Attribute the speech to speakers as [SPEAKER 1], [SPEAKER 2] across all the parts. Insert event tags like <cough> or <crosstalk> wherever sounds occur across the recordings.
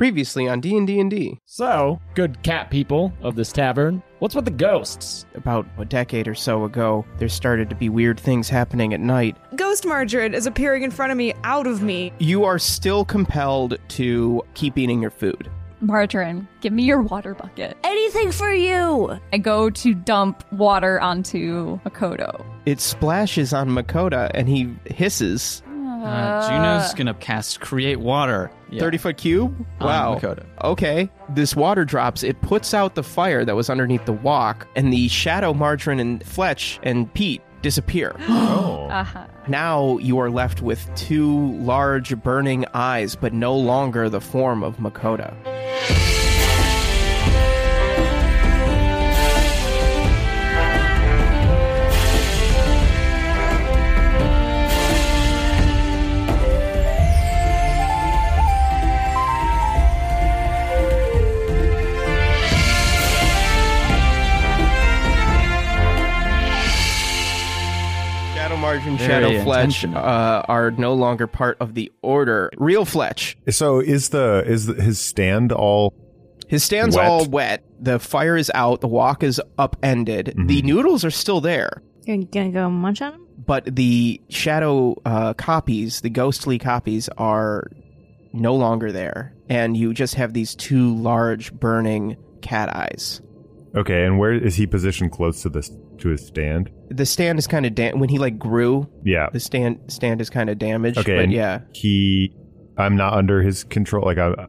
[SPEAKER 1] Previously on D and D and D,
[SPEAKER 2] So, good cat people of this tavern, what's with the ghosts?
[SPEAKER 1] about a decade or so ago, there started to be weird things happening at night.
[SPEAKER 3] Ghost Margaret is appearing in front of me out of me.
[SPEAKER 1] You are still compelled to keep eating your food.
[SPEAKER 4] Margarine, give me your water bucket.
[SPEAKER 5] Anything for you!
[SPEAKER 4] I go to dump water onto Makoto.
[SPEAKER 1] It splashes on Makota, and he hisses.
[SPEAKER 6] Uh, Juno's gonna cast Create Water. Yeah.
[SPEAKER 1] Thirty foot cube.
[SPEAKER 6] On
[SPEAKER 1] Wow.
[SPEAKER 6] Makota.
[SPEAKER 1] Okay. This water drops. It puts out the fire that was underneath the walk, and the shadow margarine and Fletch and Pete disappear. <gasps>
[SPEAKER 4] Uh-huh.
[SPEAKER 1] Now you are left with two large burning eyes, but no longer the form of Makota. Shadow Margin, Shadow Fletch
[SPEAKER 6] intentional.
[SPEAKER 1] uh, are no longer part of the order. Real Fletch,
[SPEAKER 7] So is the is the, his stand all?
[SPEAKER 1] his stand's
[SPEAKER 7] Wet.
[SPEAKER 1] all wet. The fire is out. The walk is upended.
[SPEAKER 7] Mm-hmm.
[SPEAKER 1] The noodles are still there,
[SPEAKER 5] You're gonna go munch on him?
[SPEAKER 1] but the shadow uh, copies, the ghostly copies, are no longer there, and you just have these two large burning cat eyes.
[SPEAKER 7] Okay, and where is he positioned close to this to his stand?
[SPEAKER 1] The stand is kind of da- when he like grew.
[SPEAKER 7] Yeah.
[SPEAKER 1] The stand stand is kind of damaged.
[SPEAKER 7] Okay.
[SPEAKER 1] but
[SPEAKER 7] and
[SPEAKER 1] yeah,
[SPEAKER 7] He, I'm not under his control. Like I,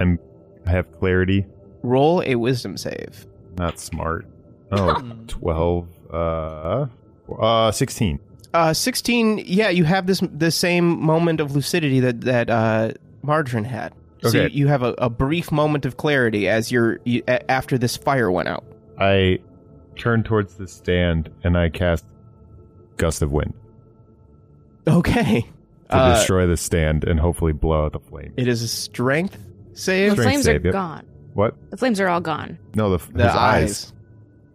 [SPEAKER 7] I'm, I have clarity.
[SPEAKER 1] roll a wisdom save.
[SPEAKER 7] Not smart.
[SPEAKER 1] <laughs>
[SPEAKER 7] Oh, 12, uh, uh, 16.
[SPEAKER 1] Uh, sixteen. Yeah, you have this the same moment of lucidity that that uh, Margarine had. So
[SPEAKER 7] Okay.
[SPEAKER 1] you, you have a, a brief moment of clarity as you're you, a- after this fire went out.
[SPEAKER 7] I turn towards the stand and I cast gust of wind
[SPEAKER 1] Okay.
[SPEAKER 7] to
[SPEAKER 1] Uh,
[SPEAKER 7] destroy the stand and hopefully blow out the flame.
[SPEAKER 1] it is a strength
[SPEAKER 5] The
[SPEAKER 1] save.
[SPEAKER 7] Strength
[SPEAKER 5] flames
[SPEAKER 7] save,
[SPEAKER 5] are
[SPEAKER 7] yep.
[SPEAKER 5] gone.
[SPEAKER 7] What?
[SPEAKER 5] The flames are all gone.
[SPEAKER 7] No, the,
[SPEAKER 1] The
[SPEAKER 7] his
[SPEAKER 1] eyes.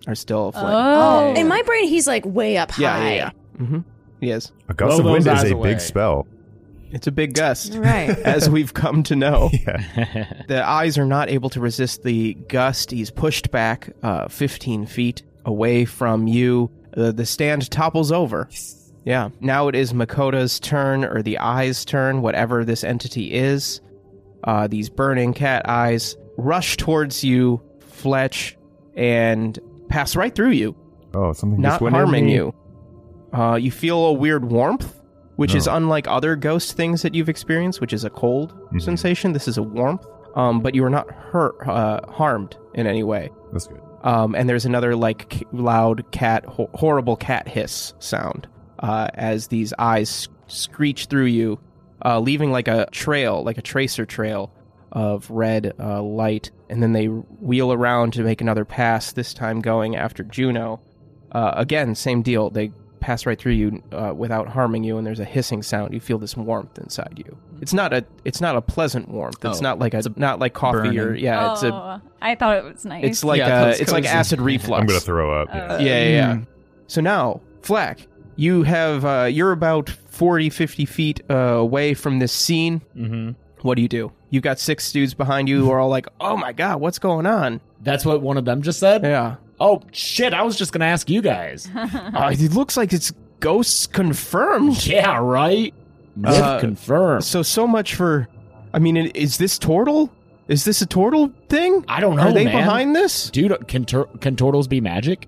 [SPEAKER 1] are still aflame.
[SPEAKER 4] Oh.
[SPEAKER 5] In my brain, he's like way up
[SPEAKER 1] yeah,
[SPEAKER 5] high.
[SPEAKER 1] yeah, yeah. hmm Yes,
[SPEAKER 7] A gust
[SPEAKER 2] Blow
[SPEAKER 7] of
[SPEAKER 2] those
[SPEAKER 7] wind
[SPEAKER 2] eyes
[SPEAKER 7] is a
[SPEAKER 2] away.
[SPEAKER 7] big spell. <laughs>
[SPEAKER 1] it's a big gust,
[SPEAKER 5] Right.
[SPEAKER 1] <laughs> as we've come to know.
[SPEAKER 7] Yeah.
[SPEAKER 1] The eyes are not able to resist the gust. He's pushed back uh, 15 feet away from you. Uh, the stand topples over. Yeah. Now it is Makota's turn, or the eyes' turn, whatever this entity is. Uh, these burning cat eyes rush towards you, Fletch, and pass right through you,
[SPEAKER 7] Oh, something
[SPEAKER 1] not
[SPEAKER 7] just went in
[SPEAKER 1] harming
[SPEAKER 7] me.
[SPEAKER 1] you. Uh, you feel a weird warmth, which is unlike other ghost things that you've experienced, which is a cold sensation. This is a warmth, um, but you are not hurt, uh, harmed in any way.
[SPEAKER 7] That's good.
[SPEAKER 1] Um, and there's another like c- loud cat, ho- horrible cat hiss sound uh, as these eyes s- screech through you, uh, leaving like a trail, like a tracer trail of red uh, light. And then they wheel around to make another pass. This time going after Juno. Uh, again, same deal. They pass right through you uh, without harming you, and there's a hissing sound. You feel this warmth inside you. It's not a it's not a pleasant warmth. It's
[SPEAKER 6] Oh,
[SPEAKER 1] not like a,
[SPEAKER 6] it's a
[SPEAKER 1] not like coffee or
[SPEAKER 6] burning.
[SPEAKER 1] yeah.
[SPEAKER 4] oh.
[SPEAKER 1] It's a
[SPEAKER 4] I thought it was nice.
[SPEAKER 1] it's like
[SPEAKER 6] Yeah, I thought
[SPEAKER 1] uh,
[SPEAKER 6] it
[SPEAKER 1] it's,
[SPEAKER 6] was
[SPEAKER 1] like
[SPEAKER 6] cozy.
[SPEAKER 1] acid reflux.
[SPEAKER 7] I'm going to throw up. yeah.
[SPEAKER 4] Uh,
[SPEAKER 1] Yeah, yeah, yeah.
[SPEAKER 2] Mm-hmm.
[SPEAKER 1] So now, Flack, you have uh, you're about 40, 50 feet uh, away from this scene.
[SPEAKER 2] Mm-hmm.
[SPEAKER 1] What do you do? You've got six dudes behind you who are all like, "Oh my god, what's going on?"
[SPEAKER 2] That's what one of them just said?
[SPEAKER 1] Yeah,
[SPEAKER 2] Oh, shit, I was just gonna ask you guys.
[SPEAKER 1] uh, it looks like it's ghosts confirmed.
[SPEAKER 2] yeah, right?
[SPEAKER 1] Uh,
[SPEAKER 2] confirmed.
[SPEAKER 1] So so much for. I mean, i- is this turtle? Is this a turtle thing?
[SPEAKER 2] I don't know,
[SPEAKER 1] Are they
[SPEAKER 2] man.
[SPEAKER 1] behind this?
[SPEAKER 2] Dude, can, tur- can turtles be magic?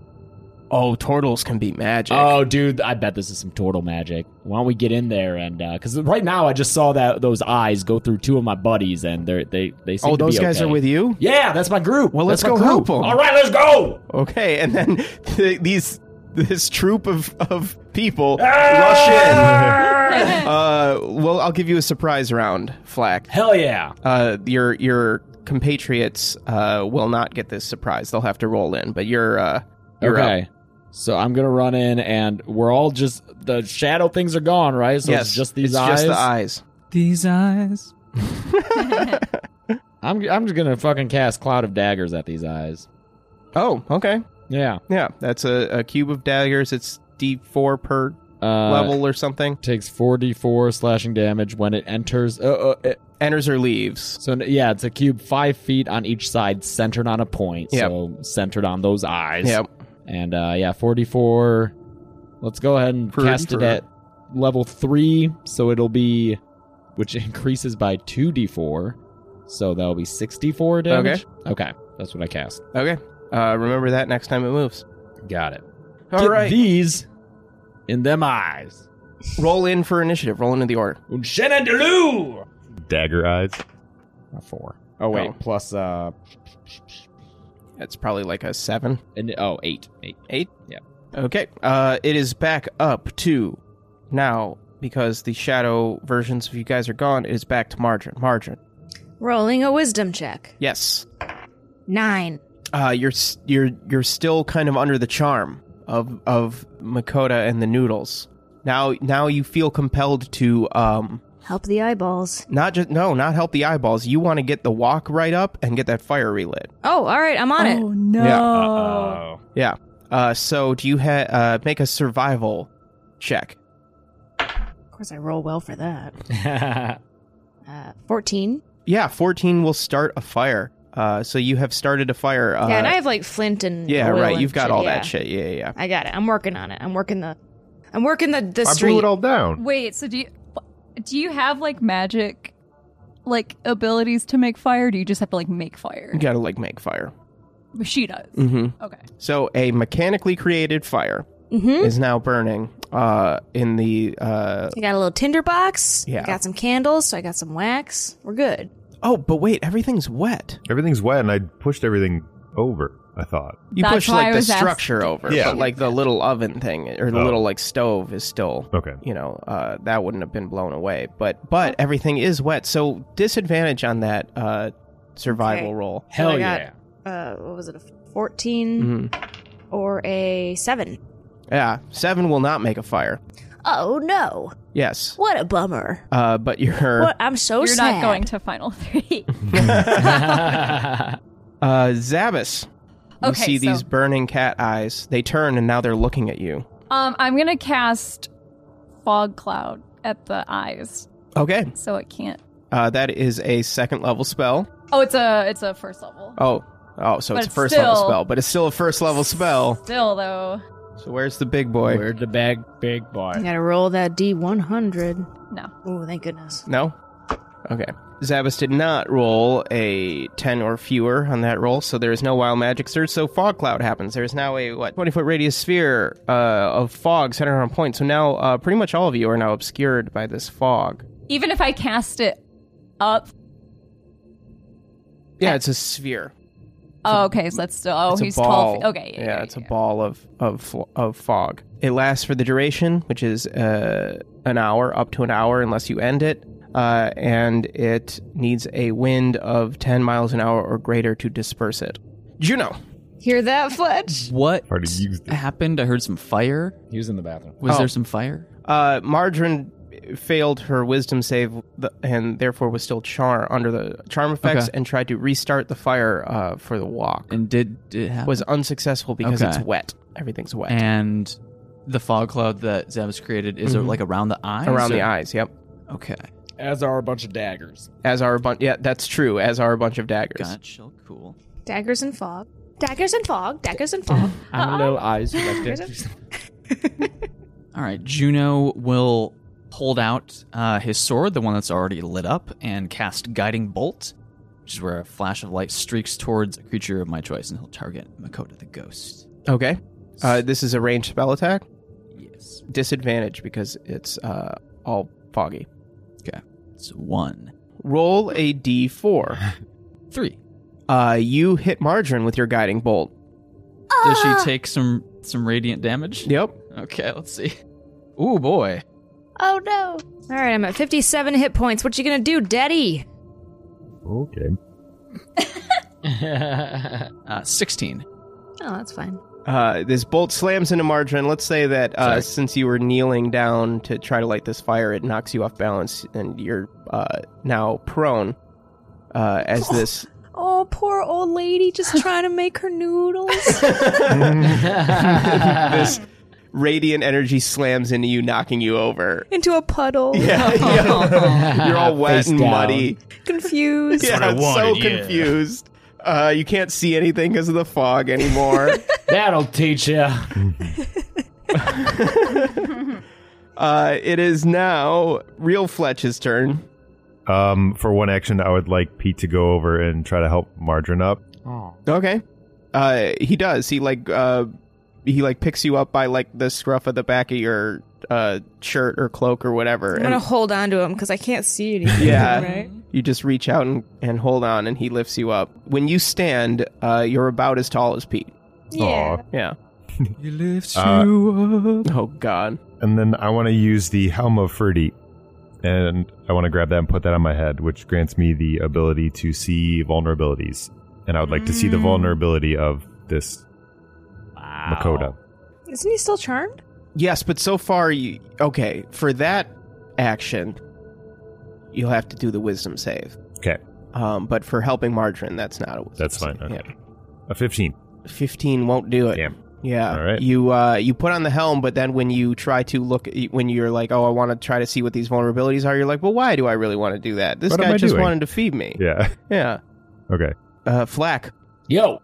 [SPEAKER 1] Oh, turtles can be magic.
[SPEAKER 2] Oh, dude, I bet this is some turtle magic. Why don't we get in there and uh 'cause because right now I just saw that those eyes go through two of my buddies and they're they they seem
[SPEAKER 1] oh,
[SPEAKER 2] to be
[SPEAKER 1] those guys
[SPEAKER 2] okay.
[SPEAKER 1] are with you.
[SPEAKER 2] Yeah, that's my group.
[SPEAKER 1] Well,
[SPEAKER 2] That's
[SPEAKER 1] let's go
[SPEAKER 2] my group.
[SPEAKER 1] help 'em.
[SPEAKER 2] All right, let's go.
[SPEAKER 1] Okay, and then <laughs> th- these this troop of, of people rush
[SPEAKER 2] Ah!
[SPEAKER 1] in. uh, well, I'll give you a surprise round, Flack.
[SPEAKER 2] <laughs> Hell yeah.
[SPEAKER 1] Uh, your your compatriots uh, will not get this surprise; they'll have to roll in. But you're uh, you're
[SPEAKER 2] okay.
[SPEAKER 1] up.
[SPEAKER 2] So I'm gonna run in, and we're all just the shadow things are gone, right? So
[SPEAKER 1] yes,
[SPEAKER 2] it's just these
[SPEAKER 1] it's
[SPEAKER 2] eyes.
[SPEAKER 1] just the eyes.
[SPEAKER 6] These
[SPEAKER 1] <laughs>
[SPEAKER 6] eyes.
[SPEAKER 2] I'm I'm just gonna fucking cast cloud of daggers at these eyes.
[SPEAKER 1] Oh, okay,
[SPEAKER 2] Yeah.
[SPEAKER 1] yeah, that's a, a cube of daggers. It's D four per
[SPEAKER 2] Uh,
[SPEAKER 1] level or something.
[SPEAKER 2] takes 44 slashing damage when it enters. Uh, uh, uh,
[SPEAKER 1] Enters or leaves.
[SPEAKER 2] so, yeah, it's a cube five feet on each side, centered on a point.
[SPEAKER 1] Yep.
[SPEAKER 2] So, centered on those eyes.
[SPEAKER 1] Yep.
[SPEAKER 2] And uh, yeah, 44. Let's go ahead and
[SPEAKER 1] For-
[SPEAKER 2] cast it
[SPEAKER 1] for-
[SPEAKER 2] at level 3. So it'll be, which <laughs> increases by 2d4. So that'll be 64 damage. Okay. Okay. That's what I cast.
[SPEAKER 1] Okay. Uh, remember that next time it moves.
[SPEAKER 2] Got it.
[SPEAKER 1] All
[SPEAKER 2] Get
[SPEAKER 1] right.
[SPEAKER 2] these in them eyes.
[SPEAKER 1] Roll in for initiative. Roll into the order.
[SPEAKER 2] Un Shenandoah!
[SPEAKER 7] Dagger eyes.
[SPEAKER 2] A four. Oh, wait.
[SPEAKER 1] Oh.
[SPEAKER 2] Plus, uh,
[SPEAKER 1] That's probably like a seven.
[SPEAKER 2] an, oh, eight. <laughs> Eight.
[SPEAKER 1] Eight?
[SPEAKER 2] Yeah.
[SPEAKER 1] Okay. Uh, it is back up to now because the shadow versions of you guys are gone. It is back to Margin. Margin.
[SPEAKER 5] Rolling a wisdom check.
[SPEAKER 1] Yes.
[SPEAKER 5] Nine.
[SPEAKER 1] Uh, you're s- you're you're still kind of under the charm of of Makota and the noodles. Now now you feel compelled to um
[SPEAKER 5] Help the eyeballs.
[SPEAKER 1] not just no not help the eyeballs. You want to get the walk right up and get that fire relit.
[SPEAKER 5] Oh, all right, I'm on it.
[SPEAKER 4] Oh no.
[SPEAKER 1] Yeah.
[SPEAKER 4] Oh.
[SPEAKER 1] Uh-uh.
[SPEAKER 7] Oh.
[SPEAKER 1] Yeah. Uh, so do you ha- uh, make a survival check?
[SPEAKER 5] Of course, I roll well for that.
[SPEAKER 2] Uh-oh.
[SPEAKER 5] Uh, 14.
[SPEAKER 1] Yeah, fourteen will start a fire. Uh, so you have started a fire. Uh,
[SPEAKER 5] yeah, and I have like flint and
[SPEAKER 1] yeah,
[SPEAKER 5] oil
[SPEAKER 1] right.
[SPEAKER 5] and
[SPEAKER 1] You've got
[SPEAKER 5] shit,
[SPEAKER 1] all
[SPEAKER 5] yeah.
[SPEAKER 1] that shit. Yeah, yeah. yeah.
[SPEAKER 5] I got it. I'm working on it. I'm working the, I'm working the the
[SPEAKER 7] I blew
[SPEAKER 5] street.
[SPEAKER 7] it all down.
[SPEAKER 4] Wait, so do you do you have like magic like abilities to make fire? Do you just have to like make fire?
[SPEAKER 1] You gotta like make fire.
[SPEAKER 4] She does.
[SPEAKER 1] Mm-hmm.
[SPEAKER 4] Okay.
[SPEAKER 1] So a mechanically created fire
[SPEAKER 5] mm-hmm.
[SPEAKER 1] is now burning uh, in the. Uh,
[SPEAKER 5] I got a little tinder box.
[SPEAKER 1] Yeah.
[SPEAKER 5] I got some candles. So I got some wax. We're good.
[SPEAKER 1] oh, but wait, everything's wet.
[SPEAKER 7] Everything's wet, and I pushed everything over. I thought.
[SPEAKER 1] You
[SPEAKER 4] That's
[SPEAKER 1] push
[SPEAKER 4] why I
[SPEAKER 1] like the
[SPEAKER 4] was ask-
[SPEAKER 1] structure over,
[SPEAKER 7] Yeah.
[SPEAKER 1] but like the little oven thing or the
[SPEAKER 7] Oh.
[SPEAKER 1] little like stove is still.
[SPEAKER 7] Okay.
[SPEAKER 1] You know uh, that wouldn't have been blown away, but but
[SPEAKER 5] Oh.
[SPEAKER 1] everything is wet, so disadvantage on that uh, survival
[SPEAKER 5] Okay.
[SPEAKER 1] roll.
[SPEAKER 2] Hell
[SPEAKER 5] I got-
[SPEAKER 2] yeah.
[SPEAKER 5] Uh, what was it? A 14
[SPEAKER 1] Mhm.
[SPEAKER 5] or a seven?
[SPEAKER 1] Yeah, seven will not make a fire.
[SPEAKER 5] Oh no!
[SPEAKER 1] Yes,
[SPEAKER 5] What a bummer.
[SPEAKER 1] uh, but you're
[SPEAKER 5] What? I'm so
[SPEAKER 4] You're
[SPEAKER 5] sad.
[SPEAKER 4] not going to final <laughs> three.
[SPEAKER 2] <laughs>
[SPEAKER 1] uh, Zabbis. You
[SPEAKER 4] Okay,
[SPEAKER 1] see these
[SPEAKER 4] so-
[SPEAKER 1] burning cat eyes. They turn and now they're looking at you.
[SPEAKER 4] um, I'm gonna cast fog cloud at the eyes,
[SPEAKER 1] Okay,
[SPEAKER 4] so it can't.
[SPEAKER 1] uh, that is a second level spell.
[SPEAKER 4] Oh, it's a it's a first level.
[SPEAKER 1] Oh, oh, so
[SPEAKER 4] But
[SPEAKER 1] it's a
[SPEAKER 4] it's
[SPEAKER 1] first level
[SPEAKER 4] still-
[SPEAKER 1] spell, but it's still a first level spell.
[SPEAKER 4] Still though,
[SPEAKER 1] So where's the big boy?
[SPEAKER 2] Where'd the bag, big boy?
[SPEAKER 5] You gotta roll that D100.
[SPEAKER 4] no.
[SPEAKER 5] Oh, thank goodness.
[SPEAKER 1] No. Okay. Zabbis did not roll a ten or fewer on that roll, so there is no wild magic surge. So fog cloud happens. There is now a what twenty foot radius sphere uh, of fog centered on a point. So now, uh, pretty much all of you are now obscured by this fog.
[SPEAKER 4] Even if I cast it up.
[SPEAKER 1] Yeah, it's a sphere.
[SPEAKER 4] Oh, okay. So that's still. Oh,
[SPEAKER 1] it's a
[SPEAKER 4] he's
[SPEAKER 1] ball.
[SPEAKER 4] twelve. feet. Okay. Yeah. yeah,
[SPEAKER 1] it's
[SPEAKER 4] yeah.
[SPEAKER 1] a ball of of fl- of fog. It lasts for the duration, which is uh, an hour, up to an hour, unless you end it. Uh, and it needs a wind of ten miles an hour or greater to disperse it. Juno.
[SPEAKER 5] Hear that, Fletch?
[SPEAKER 6] What
[SPEAKER 7] Already used it.
[SPEAKER 6] happened? I heard some fire.
[SPEAKER 2] He was in the bathroom.
[SPEAKER 6] Was
[SPEAKER 1] Oh.
[SPEAKER 6] there some fire?
[SPEAKER 1] Uh, Margarine failed her wisdom save th- and therefore was still char under the charm effects
[SPEAKER 6] Okay.
[SPEAKER 1] and tried to restart the fire uh, for the walk.
[SPEAKER 6] And did, did it happen?
[SPEAKER 1] was unsuccessful because
[SPEAKER 6] Okay.
[SPEAKER 1] it's wet. Everything's wet.
[SPEAKER 6] and the fog cloud that Zavis created is it like around the eyes?
[SPEAKER 1] Mm-hmm. Around the
[SPEAKER 6] or-
[SPEAKER 1] eyes, yep.
[SPEAKER 6] Okay.
[SPEAKER 2] As are a bunch of daggers.
[SPEAKER 1] As are a bunch. Yeah, that's true. As are a bunch of daggers.
[SPEAKER 6] Gotcha. Cool.
[SPEAKER 5] Daggers and fog. Daggers and fog. Daggers and fog.
[SPEAKER 2] I'm little eyes.
[SPEAKER 6] All right. Juno will hold out uh, his sword, the one that's already lit up, and cast Guiding Bolt, which is where a flash of light streaks towards a creature of my choice, and he'll target Makota the Ghost.
[SPEAKER 1] Okay. Uh, this is a ranged spell attack.
[SPEAKER 6] Yes.
[SPEAKER 1] Disadvantage because it's uh, all foggy.
[SPEAKER 6] It's one,
[SPEAKER 1] Roll a d4.
[SPEAKER 6] three.
[SPEAKER 1] Uh, you hit Margarine with your guiding bolt.
[SPEAKER 6] Does she take some some radiant damage?
[SPEAKER 1] Yep.
[SPEAKER 6] Okay, let's see. Ooh boy.
[SPEAKER 5] <laughs> Oh no! All right, I'm at 57 hit points. What you gonna do, Daddy?
[SPEAKER 7] Okay.
[SPEAKER 6] Uh, 16.
[SPEAKER 5] Oh, that's fine.
[SPEAKER 1] Uh, this bolt slams into Margarine. Let's say that uh,
[SPEAKER 6] Sorry.
[SPEAKER 1] since you were kneeling down to try to light this fire, it knocks you off balance and you're uh, now prone. Uh, as this,
[SPEAKER 5] Oh, poor old <laughs> lady, just trying to make her noodles.
[SPEAKER 1] this radiant energy slams into you, knocking you over.
[SPEAKER 3] Into a puddle.
[SPEAKER 2] <laughs>
[SPEAKER 1] Yeah, yeah. you're all wet
[SPEAKER 2] Face
[SPEAKER 1] and
[SPEAKER 2] down.
[SPEAKER 1] muddy.
[SPEAKER 3] Confused.
[SPEAKER 1] yeah,
[SPEAKER 8] what I wanted,
[SPEAKER 1] so
[SPEAKER 8] yeah.
[SPEAKER 1] confused. Uh, you can't see anything because of the fog
[SPEAKER 8] <laughs>
[SPEAKER 1] anymore.
[SPEAKER 2] That'll teach you.
[SPEAKER 1] uh, it is now real Fletch's turn.
[SPEAKER 7] Um, for one action, I would like Pete to go over and try to help Margarine up.
[SPEAKER 1] Okay. Uh, he does. He like uh, he like picks you up by like the scruff of the back of your uh, shirt or cloak or whatever,
[SPEAKER 3] I'm gonna
[SPEAKER 1] and
[SPEAKER 3] hold on to him because I can't see anything.
[SPEAKER 1] Yeah.
[SPEAKER 3] Right?
[SPEAKER 1] you just reach out and, and hold on, and he lifts you up. When you stand, uh, you're about as tall as Pete.
[SPEAKER 3] Yeah.
[SPEAKER 7] <laughs> Aw.
[SPEAKER 1] Yeah.
[SPEAKER 6] You lift
[SPEAKER 7] Uh,
[SPEAKER 6] you
[SPEAKER 1] Oh God.
[SPEAKER 7] And then I want to use the Helm of Ferdy. And I want to grab that and put that on my head, which grants me the ability to see vulnerabilities. And I would like to see the vulnerability of this Makoda.
[SPEAKER 3] Isn't he still charmed?
[SPEAKER 1] Yes, but so far you okay for that action. You'll have to do the wisdom save.
[SPEAKER 7] Okay.
[SPEAKER 1] Um, but for helping Margarine, that's not a wisdom.
[SPEAKER 7] That's
[SPEAKER 1] save.
[SPEAKER 7] fine, okay.
[SPEAKER 1] Yeah.
[SPEAKER 7] A 15.
[SPEAKER 1] Fifteen won't do it.
[SPEAKER 7] Damn.
[SPEAKER 1] Yeah.
[SPEAKER 7] All right.
[SPEAKER 1] You uh, you put on the helm, but then when you try to look, when you're like, oh, I want to try to see what these vulnerabilities are, you're like, well, why do I really want to do that? This
[SPEAKER 7] What am
[SPEAKER 1] guy
[SPEAKER 7] I
[SPEAKER 1] just
[SPEAKER 7] doing?
[SPEAKER 1] wanted to feed me.
[SPEAKER 7] Yeah. <laughs>
[SPEAKER 1] Yeah.
[SPEAKER 7] Okay.
[SPEAKER 1] Uh, Flack,
[SPEAKER 2] Yo,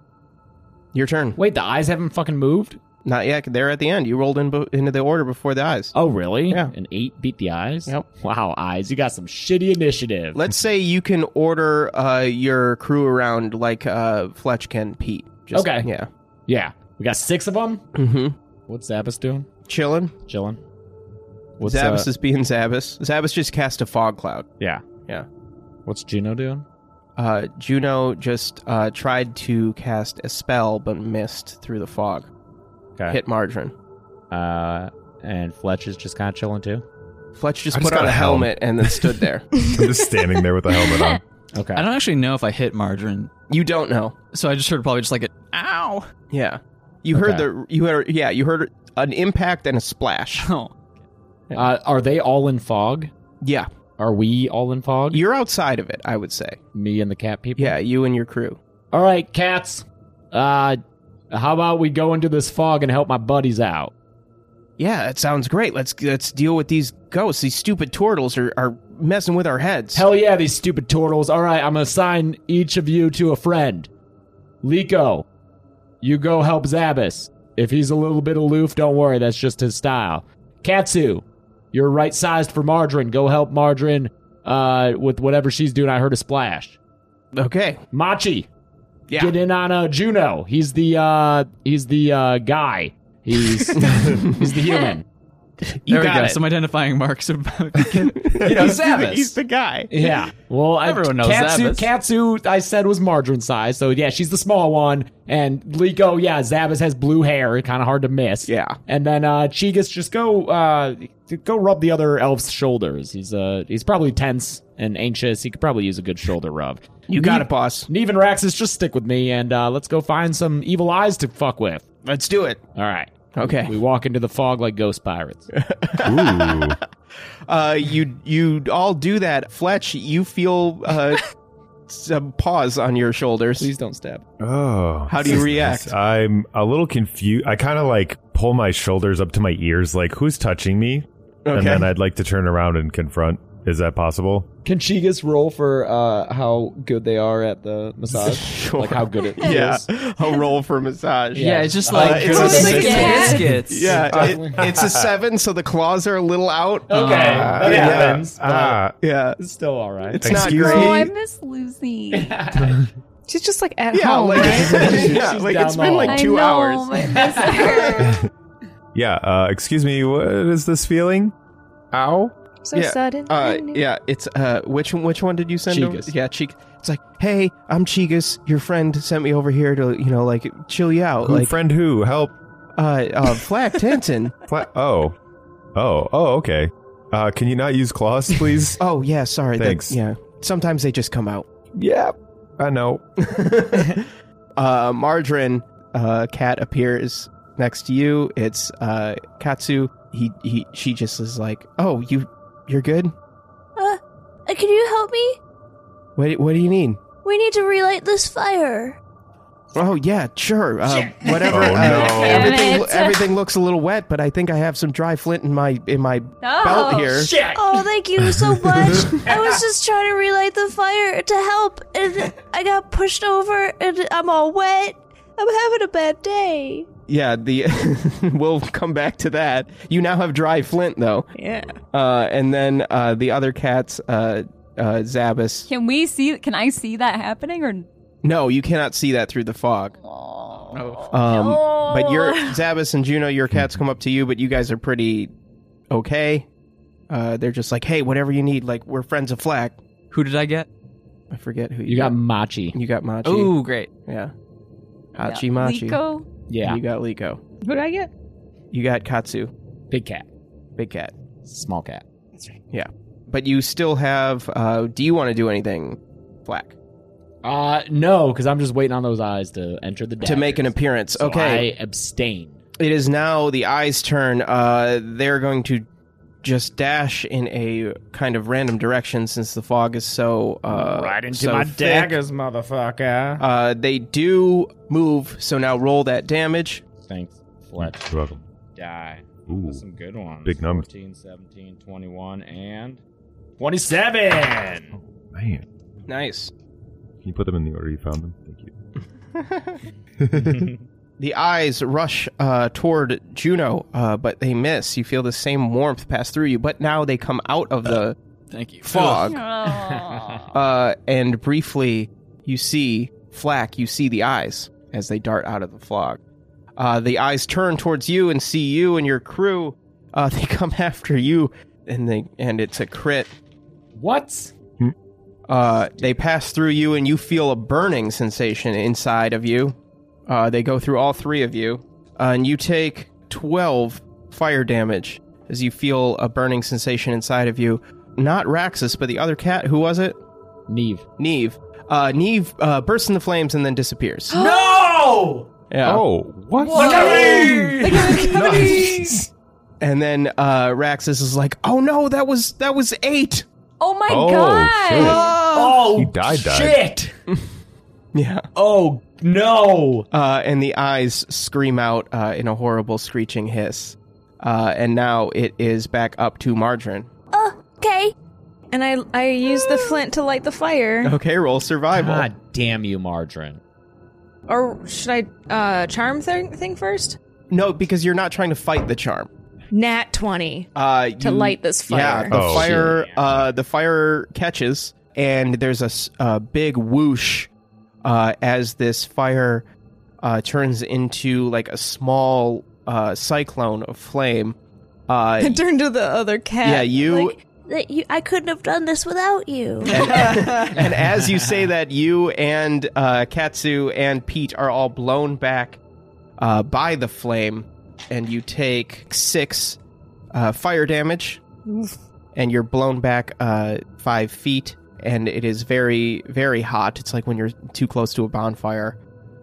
[SPEAKER 1] your turn.
[SPEAKER 2] wait, the eyes haven't fucking moved?
[SPEAKER 1] Not yet. They're at the end. You rolled in bo- into the order before the eyes.
[SPEAKER 2] Oh, really?
[SPEAKER 1] Yeah.
[SPEAKER 2] An eight beat the eyes?
[SPEAKER 1] Yep.
[SPEAKER 2] Wow, eyes, you got some shitty initiative.
[SPEAKER 1] Let's say you can order uh, your crew around like uh, Fletch can Pete. Just,
[SPEAKER 2] Okay.
[SPEAKER 1] Yeah.
[SPEAKER 2] yeah, we got six of them.
[SPEAKER 1] Mm-hmm.
[SPEAKER 2] What's Zappos doing?
[SPEAKER 1] Chilling.
[SPEAKER 2] Chilling. What's
[SPEAKER 1] Zabbis
[SPEAKER 2] uh,
[SPEAKER 1] is being Zabbis. Zabbis just cast a fog cloud.
[SPEAKER 2] yeah,
[SPEAKER 1] Yeah.
[SPEAKER 2] What's Juno doing?
[SPEAKER 1] Uh, Juno just uh, tried to cast a spell but missed through the fog.
[SPEAKER 2] Okay.
[SPEAKER 1] Hit Margarine.
[SPEAKER 2] Uh, and Fletch is just kind of chilling too.
[SPEAKER 1] Fletch just
[SPEAKER 7] I
[SPEAKER 1] put
[SPEAKER 7] just got
[SPEAKER 1] on
[SPEAKER 7] a
[SPEAKER 1] a
[SPEAKER 7] helm.
[SPEAKER 1] helmet and then stood there.
[SPEAKER 7] I'm just standing there with the helmet on.
[SPEAKER 2] Okay.
[SPEAKER 6] I don't actually know if I hit margarine,
[SPEAKER 1] you don't know.
[SPEAKER 6] so I just heard probably just like an ow.
[SPEAKER 1] Yeah. You heard
[SPEAKER 2] Okay.
[SPEAKER 1] the you heard yeah, you heard an impact and a
[SPEAKER 6] <laughs>
[SPEAKER 1] splash.
[SPEAKER 6] <laughs> Oh,
[SPEAKER 2] Uh, are they all in fog?
[SPEAKER 1] Yeah.
[SPEAKER 2] Are we all in fog?
[SPEAKER 1] You're outside of it, I would say.
[SPEAKER 2] Me and the cat people.
[SPEAKER 1] Yeah, you and your crew.
[SPEAKER 2] All right, cats. Uh, how about we go into this fog and help my buddies out?
[SPEAKER 1] Yeah, that sounds great. Let's let's deal with these ghosts. These stupid turtles are, are messing with our heads.
[SPEAKER 2] Hell yeah, these stupid turtles. All right, I'm gonna assign each of you to a friend. Liko, you go help Zabas. If he's a little bit aloof, don't worry, that's just his style. Katsu, you're right sized for Margarine. Go help Margarine uh, with whatever she's doing. I heard a splash.
[SPEAKER 1] Okay.
[SPEAKER 2] Machi,
[SPEAKER 1] Yeah.
[SPEAKER 2] get in on uh, Juno. He's the uh, he's the uh, guy. He's <laughs> he's the human.
[SPEAKER 1] You
[SPEAKER 6] there we
[SPEAKER 1] got
[SPEAKER 6] go.
[SPEAKER 1] it.
[SPEAKER 6] Some identifying marks. About the
[SPEAKER 1] You know, he's, the,
[SPEAKER 6] Zabbis.
[SPEAKER 1] he's the guy.
[SPEAKER 2] Yeah. Well, I,
[SPEAKER 6] Everyone knows
[SPEAKER 2] Katsu,
[SPEAKER 6] Zabbis.
[SPEAKER 2] Katsu, I said was margarine size, so yeah, she's the small one. And Liko, yeah, Zabbis has blue hair, kind of hard to miss.
[SPEAKER 1] Yeah.
[SPEAKER 2] And then uh Chigas, just go, uh go rub the other elf's shoulders. He's uh he's probably tense and anxious. He could probably use a good shoulder rub.
[SPEAKER 1] You got it, boss.
[SPEAKER 2] Neven Raxus, just stick with me, and uh let's go find some evil eyes to fuck with.
[SPEAKER 1] Let's do it.
[SPEAKER 2] All right.
[SPEAKER 1] Okay.
[SPEAKER 2] We walk into the fog like ghost pirates.
[SPEAKER 7] Ooh.
[SPEAKER 1] Uh, you you all do that, Fletch. You feel uh, some paws on your shoulders.
[SPEAKER 2] Please don't stab.
[SPEAKER 7] Oh.
[SPEAKER 1] How do you
[SPEAKER 7] this is
[SPEAKER 1] react?
[SPEAKER 7] nice. I'm a little confused. I kind of like pull my shoulders up to my ears, like, who's touching me?
[SPEAKER 1] Okay.
[SPEAKER 7] And then I'd like to turn around and confront. Is that possible?
[SPEAKER 2] Can Chigas roll for uh, how good they are at <laughs> the massage?
[SPEAKER 1] Sure.
[SPEAKER 2] Like how good
[SPEAKER 1] <laughs>
[SPEAKER 2] it
[SPEAKER 1] yeah,
[SPEAKER 2] is.
[SPEAKER 1] a roll for massage.
[SPEAKER 6] yeah,
[SPEAKER 2] Yeah.
[SPEAKER 6] it's just
[SPEAKER 2] Uh,
[SPEAKER 6] like <laughs>
[SPEAKER 1] it's
[SPEAKER 6] oh,
[SPEAKER 1] a
[SPEAKER 6] six
[SPEAKER 1] biscuit. <laughs>
[SPEAKER 6] biscuits.
[SPEAKER 1] Yeah, it- it's a seven, so the claws are a little out.
[SPEAKER 2] Okay, that
[SPEAKER 1] yeah.
[SPEAKER 2] Uh, happens. but
[SPEAKER 7] Ah,
[SPEAKER 1] yeah,
[SPEAKER 2] it's still all right.
[SPEAKER 1] it's not
[SPEAKER 7] Excuse
[SPEAKER 1] great.
[SPEAKER 4] Oh, I miss
[SPEAKER 1] <laughs>
[SPEAKER 4] Lucy.
[SPEAKER 3] She's just like at
[SPEAKER 1] yeah,
[SPEAKER 3] home. <laughs>
[SPEAKER 1] like,
[SPEAKER 2] right?
[SPEAKER 1] yeah,
[SPEAKER 2] She's
[SPEAKER 1] like
[SPEAKER 2] down
[SPEAKER 1] it's
[SPEAKER 2] the
[SPEAKER 1] been
[SPEAKER 2] hall.
[SPEAKER 1] like two
[SPEAKER 4] I know,
[SPEAKER 1] hours. <laughs>
[SPEAKER 4] I miss her.
[SPEAKER 7] yeah. Uh, excuse me. What is this feeling? Ow.
[SPEAKER 3] so
[SPEAKER 1] yeah,
[SPEAKER 3] sudden.
[SPEAKER 1] Uh, yeah, it's uh, which one- which one did you send? Over?
[SPEAKER 2] Chigas.
[SPEAKER 1] Yeah, Cheek. It's like, hey, I'm Chigas. Your friend sent me over here to you know like chill you out,
[SPEAKER 7] Who,
[SPEAKER 1] like
[SPEAKER 7] friend who? Help.
[SPEAKER 1] uh, uh,
[SPEAKER 7] <laughs>
[SPEAKER 1] Flack Tenson.
[SPEAKER 7] Pla- oh. Oh. Oh. Okay. Uh, can you not use claws, please?
[SPEAKER 1] <laughs> Oh yeah, sorry. that-
[SPEAKER 7] Thanks.
[SPEAKER 1] yeah, sometimes they just come out. <laughs>
[SPEAKER 7] yeah. I know.
[SPEAKER 1] Uh, Margarine uh, cat appears next to you. It's uh, Katsu. He, he she just is like, oh, you you're good.
[SPEAKER 9] Uh, Can you help me?
[SPEAKER 1] What what do you need?
[SPEAKER 9] We need to relight this fire.
[SPEAKER 1] Oh yeah, sure. Uh,
[SPEAKER 2] <laughs>
[SPEAKER 1] whatever.
[SPEAKER 7] Oh,
[SPEAKER 1] uh,
[SPEAKER 7] no.
[SPEAKER 1] everything,
[SPEAKER 4] Damn it.
[SPEAKER 1] everything looks a little wet, but I think I have some dry flint in my in my
[SPEAKER 4] No.
[SPEAKER 1] belt here.
[SPEAKER 5] Oh, thank you
[SPEAKER 2] <laughs>
[SPEAKER 5] so much. I was just trying to relight the fire to help, and I got pushed over, and I'm all wet. I'm having a bad day.
[SPEAKER 1] Yeah, the <laughs> we'll come back to that. You now have dry flint though,
[SPEAKER 3] Yeah.
[SPEAKER 1] uh, and then uh, the other cats, uh, uh, Zabbis.
[SPEAKER 4] Can we see? Can I see that happening? Or
[SPEAKER 1] No, you cannot see that through the fog. Um, But your Zabbis and Juno, your cats come up to you, but you guys are pretty okay. Uh, they're just like, hey, whatever you need, like we're friends of Flack.
[SPEAKER 6] Who did I get?
[SPEAKER 1] I forget who
[SPEAKER 2] You got Machi.
[SPEAKER 1] You got Machi.
[SPEAKER 6] Oh, great.
[SPEAKER 1] Yeah.
[SPEAKER 4] Yeah.
[SPEAKER 1] Hachi Machi. <laughs>
[SPEAKER 4] Liko?
[SPEAKER 2] Yeah.
[SPEAKER 1] You got Liko.
[SPEAKER 3] Who did I get?
[SPEAKER 1] You got Katsu,
[SPEAKER 2] Big cat.
[SPEAKER 1] big cat.
[SPEAKER 2] Small cat.
[SPEAKER 1] Yeah. But you still have. Uh, do you want to do anything, Flack,
[SPEAKER 2] Uh, no, because I'm just waiting on those eyes to enter the
[SPEAKER 1] to make an
[SPEAKER 2] daggers.
[SPEAKER 1] appearance?
[SPEAKER 2] So
[SPEAKER 1] okay.
[SPEAKER 2] I abstain.
[SPEAKER 1] It is now the eyes' turn. Uh, they're going to just dash in a kind of random direction since the fog is so uh, so thick.
[SPEAKER 2] motherfucker.
[SPEAKER 1] Uh, they do move, so now roll that damage.
[SPEAKER 2] Thanks. Fletch.
[SPEAKER 7] You're welcome.
[SPEAKER 2] Die.
[SPEAKER 7] Ooh.
[SPEAKER 2] That's some good ones.
[SPEAKER 7] Big numbers.
[SPEAKER 2] 14, 17, 21, and 27. <laughs>
[SPEAKER 7] Man.
[SPEAKER 1] Nice.
[SPEAKER 7] Can you put them in the order you found them? Thank you.
[SPEAKER 2] <laughs>
[SPEAKER 1] The eyes rush uh, toward Juno, uh, but they miss. You feel the same warmth pass through you, but now they come out of the
[SPEAKER 6] Thank you.
[SPEAKER 1] fog.
[SPEAKER 4] Oh.
[SPEAKER 1] Uh, and briefly, you see Flack, you see the eyes as they dart out of the fog. Uh, the eyes turn towards you and see you and your crew. Uh, <laughs> they come after you, and they and it's a crit.
[SPEAKER 2] What?
[SPEAKER 1] Uh, they pass through you, and you feel a burning sensation inside of you. Uh, they go through all three of you, uh, and you take 12 fire damage as you feel a burning sensation inside of you. Not Raxus, but the other cat. Who was it?
[SPEAKER 2] Neve.
[SPEAKER 1] Neve. Uh, Neve uh, bursts into flames and then disappears.
[SPEAKER 2] No!
[SPEAKER 1] Yeah.
[SPEAKER 7] <laughs> Oh, what?
[SPEAKER 1] And then uh, Raxus is like, "Oh no, that was that was eight.
[SPEAKER 4] Oh my
[SPEAKER 7] Oh,
[SPEAKER 4] god!
[SPEAKER 2] Oh,
[SPEAKER 7] He died, died.
[SPEAKER 2] shit!
[SPEAKER 1] Yeah.
[SPEAKER 2] Oh, no!
[SPEAKER 1] Uh, and the eyes scream out uh, in a horrible screeching hiss. Uh, and now it is back up to Margarine.
[SPEAKER 5] Okay.
[SPEAKER 3] And I I use the flint to light
[SPEAKER 1] <laughs>
[SPEAKER 3] the fire.
[SPEAKER 1] Okay, roll survival.
[SPEAKER 2] God damn you, Margarine.
[SPEAKER 3] Or should I uh charm thing thing first?
[SPEAKER 1] No, because you're not trying to fight the charm.
[SPEAKER 3] Nat twenty.
[SPEAKER 1] Uh,
[SPEAKER 3] To
[SPEAKER 1] you-
[SPEAKER 3] light this fire.
[SPEAKER 1] Yeah, the
[SPEAKER 7] Oh.
[SPEAKER 1] fire. Uh, the fire catches, and there's a, s- a big whoosh uh, as this fire uh, turns into like a small uh, cyclone of flame.
[SPEAKER 3] <laughs>
[SPEAKER 1] Uh,
[SPEAKER 3] I turn to the other cat.
[SPEAKER 1] yeah, you
[SPEAKER 5] That you, I couldn't have done this without you.
[SPEAKER 1] and as you say that, you and uh, Katsu and Pete are all blown back uh, by the flame, and you take six uh, fire damage, and you're blown back uh, five feet, and it is very, very hot. It's like when you're too close to a bonfire.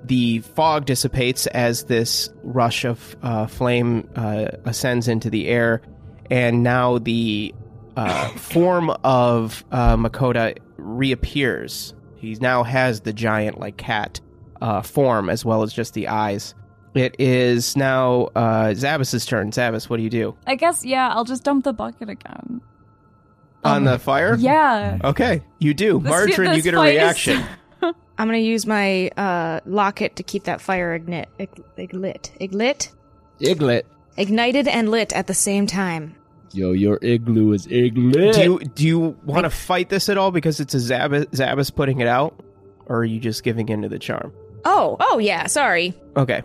[SPEAKER 1] The fog dissipates as this rush of uh, flame uh, ascends into the air, and now the uh, <coughs> form of uh, Makoda reappears. He now has the giant, like cat, uh, form as well as just the eyes. It is now uh, Zabbis's turn. Zabbis, what do you do
[SPEAKER 4] I guess yeah. I'll just dump the bucket again.
[SPEAKER 1] on the fire?
[SPEAKER 4] Um, Yeah.
[SPEAKER 1] Okay, you do.
[SPEAKER 4] This-
[SPEAKER 1] Margarine, you
[SPEAKER 4] this
[SPEAKER 1] get a
[SPEAKER 4] fight is-
[SPEAKER 1] reaction.
[SPEAKER 3] I'm gonna use my uh locket to keep that fire ignit ig- ig- lit. Iglit?
[SPEAKER 2] Iglet.
[SPEAKER 3] Ignited and lit at the same time.
[SPEAKER 2] Yo, your igloo is iglet.
[SPEAKER 1] Do you do you want to fight this at all because it's a Zabbis, Zabbis putting it out, or are you just giving in to the charm?
[SPEAKER 3] Oh, oh yeah, sorry.
[SPEAKER 1] Okay,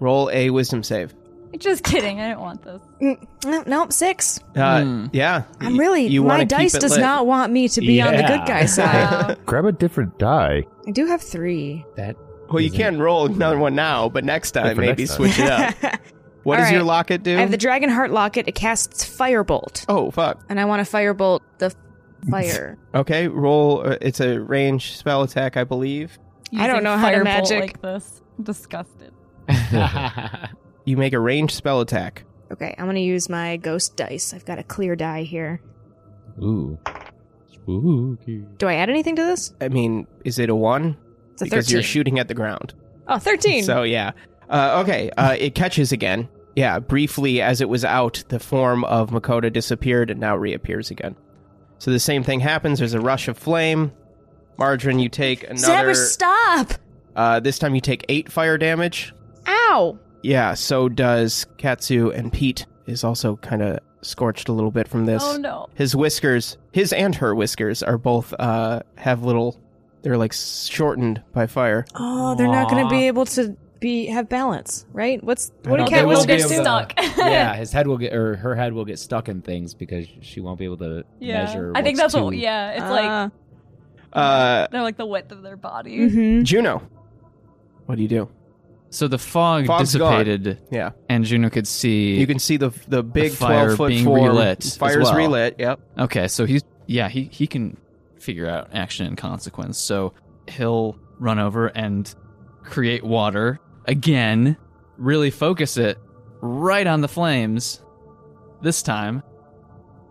[SPEAKER 1] roll a wisdom save.
[SPEAKER 4] Just kidding. I didn't
[SPEAKER 1] <laughs>
[SPEAKER 4] want this.
[SPEAKER 3] Mm, no- Nope, six.
[SPEAKER 1] Uh,
[SPEAKER 7] Hmm.
[SPEAKER 1] Yeah,
[SPEAKER 3] I'm really
[SPEAKER 1] You wanna
[SPEAKER 3] my
[SPEAKER 1] keep
[SPEAKER 3] dice
[SPEAKER 1] it
[SPEAKER 3] does
[SPEAKER 1] lit.
[SPEAKER 3] not want me to be on the
[SPEAKER 2] Yeah.
[SPEAKER 3] good
[SPEAKER 1] <laughs>
[SPEAKER 3] guy side.
[SPEAKER 4] Wow.
[SPEAKER 7] Grab a different die.
[SPEAKER 3] I do have three.
[SPEAKER 2] That
[SPEAKER 1] Well, you can roll another one now, but next time
[SPEAKER 7] for
[SPEAKER 1] maybe
[SPEAKER 7] next time.
[SPEAKER 1] switch it up. What does
[SPEAKER 3] All
[SPEAKER 1] your
[SPEAKER 3] right.
[SPEAKER 1] locket do?
[SPEAKER 3] <laughs> I have the Dragon Heart locket. It casts Firebolt,
[SPEAKER 1] oh fuck.
[SPEAKER 3] and I want to Firebolt the
[SPEAKER 1] <laughs>
[SPEAKER 3] fire.
[SPEAKER 1] Okay, roll. Uh, it's a range spell attack, I believe.
[SPEAKER 3] I don't
[SPEAKER 4] Using
[SPEAKER 3] know how to
[SPEAKER 4] firebolt
[SPEAKER 3] magic-
[SPEAKER 4] like this. I'm disgusted.
[SPEAKER 1] You make a range spell attack.
[SPEAKER 3] okay, I'm gonna use my ghost dice. I've got a clear die here.
[SPEAKER 2] Ooh. Spooky.
[SPEAKER 3] Do I add anything to this?
[SPEAKER 1] I mean, is it a one?
[SPEAKER 3] It's a
[SPEAKER 1] because
[SPEAKER 3] thirteen.
[SPEAKER 1] you're shooting at the ground.
[SPEAKER 3] Oh, 13.
[SPEAKER 1] So yeah. Uh, okay. Uh, it catches again. Yeah. Briefly, as it was out, the form of Makota disappeared and now reappears again. So the same thing happens. There's a rush of flame. Margarine, you take another.
[SPEAKER 5] Zabber, stop!
[SPEAKER 1] Uh, this time you take eight fire damage.
[SPEAKER 3] Ow.
[SPEAKER 1] Yeah. So does Katsu and Pete is also kind of scorched a little bit from this.
[SPEAKER 4] Oh no.
[SPEAKER 1] His whiskers, his and her whiskers, are both uh, have little. They're like shortened by fire.
[SPEAKER 3] Oh, they're not going to be able to be have balance, right? What's what do
[SPEAKER 2] don't
[SPEAKER 3] cat
[SPEAKER 2] think we'll be
[SPEAKER 3] whiskers
[SPEAKER 2] able
[SPEAKER 3] do?
[SPEAKER 2] to-
[SPEAKER 4] stuck.
[SPEAKER 2] yeah, his head will get or her head will get stuck in things because she won't be able to
[SPEAKER 4] Yeah.
[SPEAKER 2] measure.
[SPEAKER 4] I think
[SPEAKER 2] what's
[SPEAKER 4] that's what.
[SPEAKER 2] too-
[SPEAKER 4] Yeah. It's like
[SPEAKER 1] Uh,
[SPEAKER 4] they're like the width of their body.
[SPEAKER 5] Mm-hmm.
[SPEAKER 3] hmm
[SPEAKER 1] Juno, what do you do?
[SPEAKER 6] So the fog
[SPEAKER 1] Fog's gone.
[SPEAKER 6] dissipated,
[SPEAKER 1] Yeah.
[SPEAKER 6] and Juno could see.
[SPEAKER 1] You can see the the big
[SPEAKER 6] fire
[SPEAKER 1] twelve foot
[SPEAKER 6] being
[SPEAKER 1] form.
[SPEAKER 6] relit as
[SPEAKER 1] Fire's
[SPEAKER 6] well.
[SPEAKER 1] relit. Yep.
[SPEAKER 6] Okay, so he's yeah, he he can figure out action and consequence. So he'll run over and create water again, really focus it right on the flames. This time,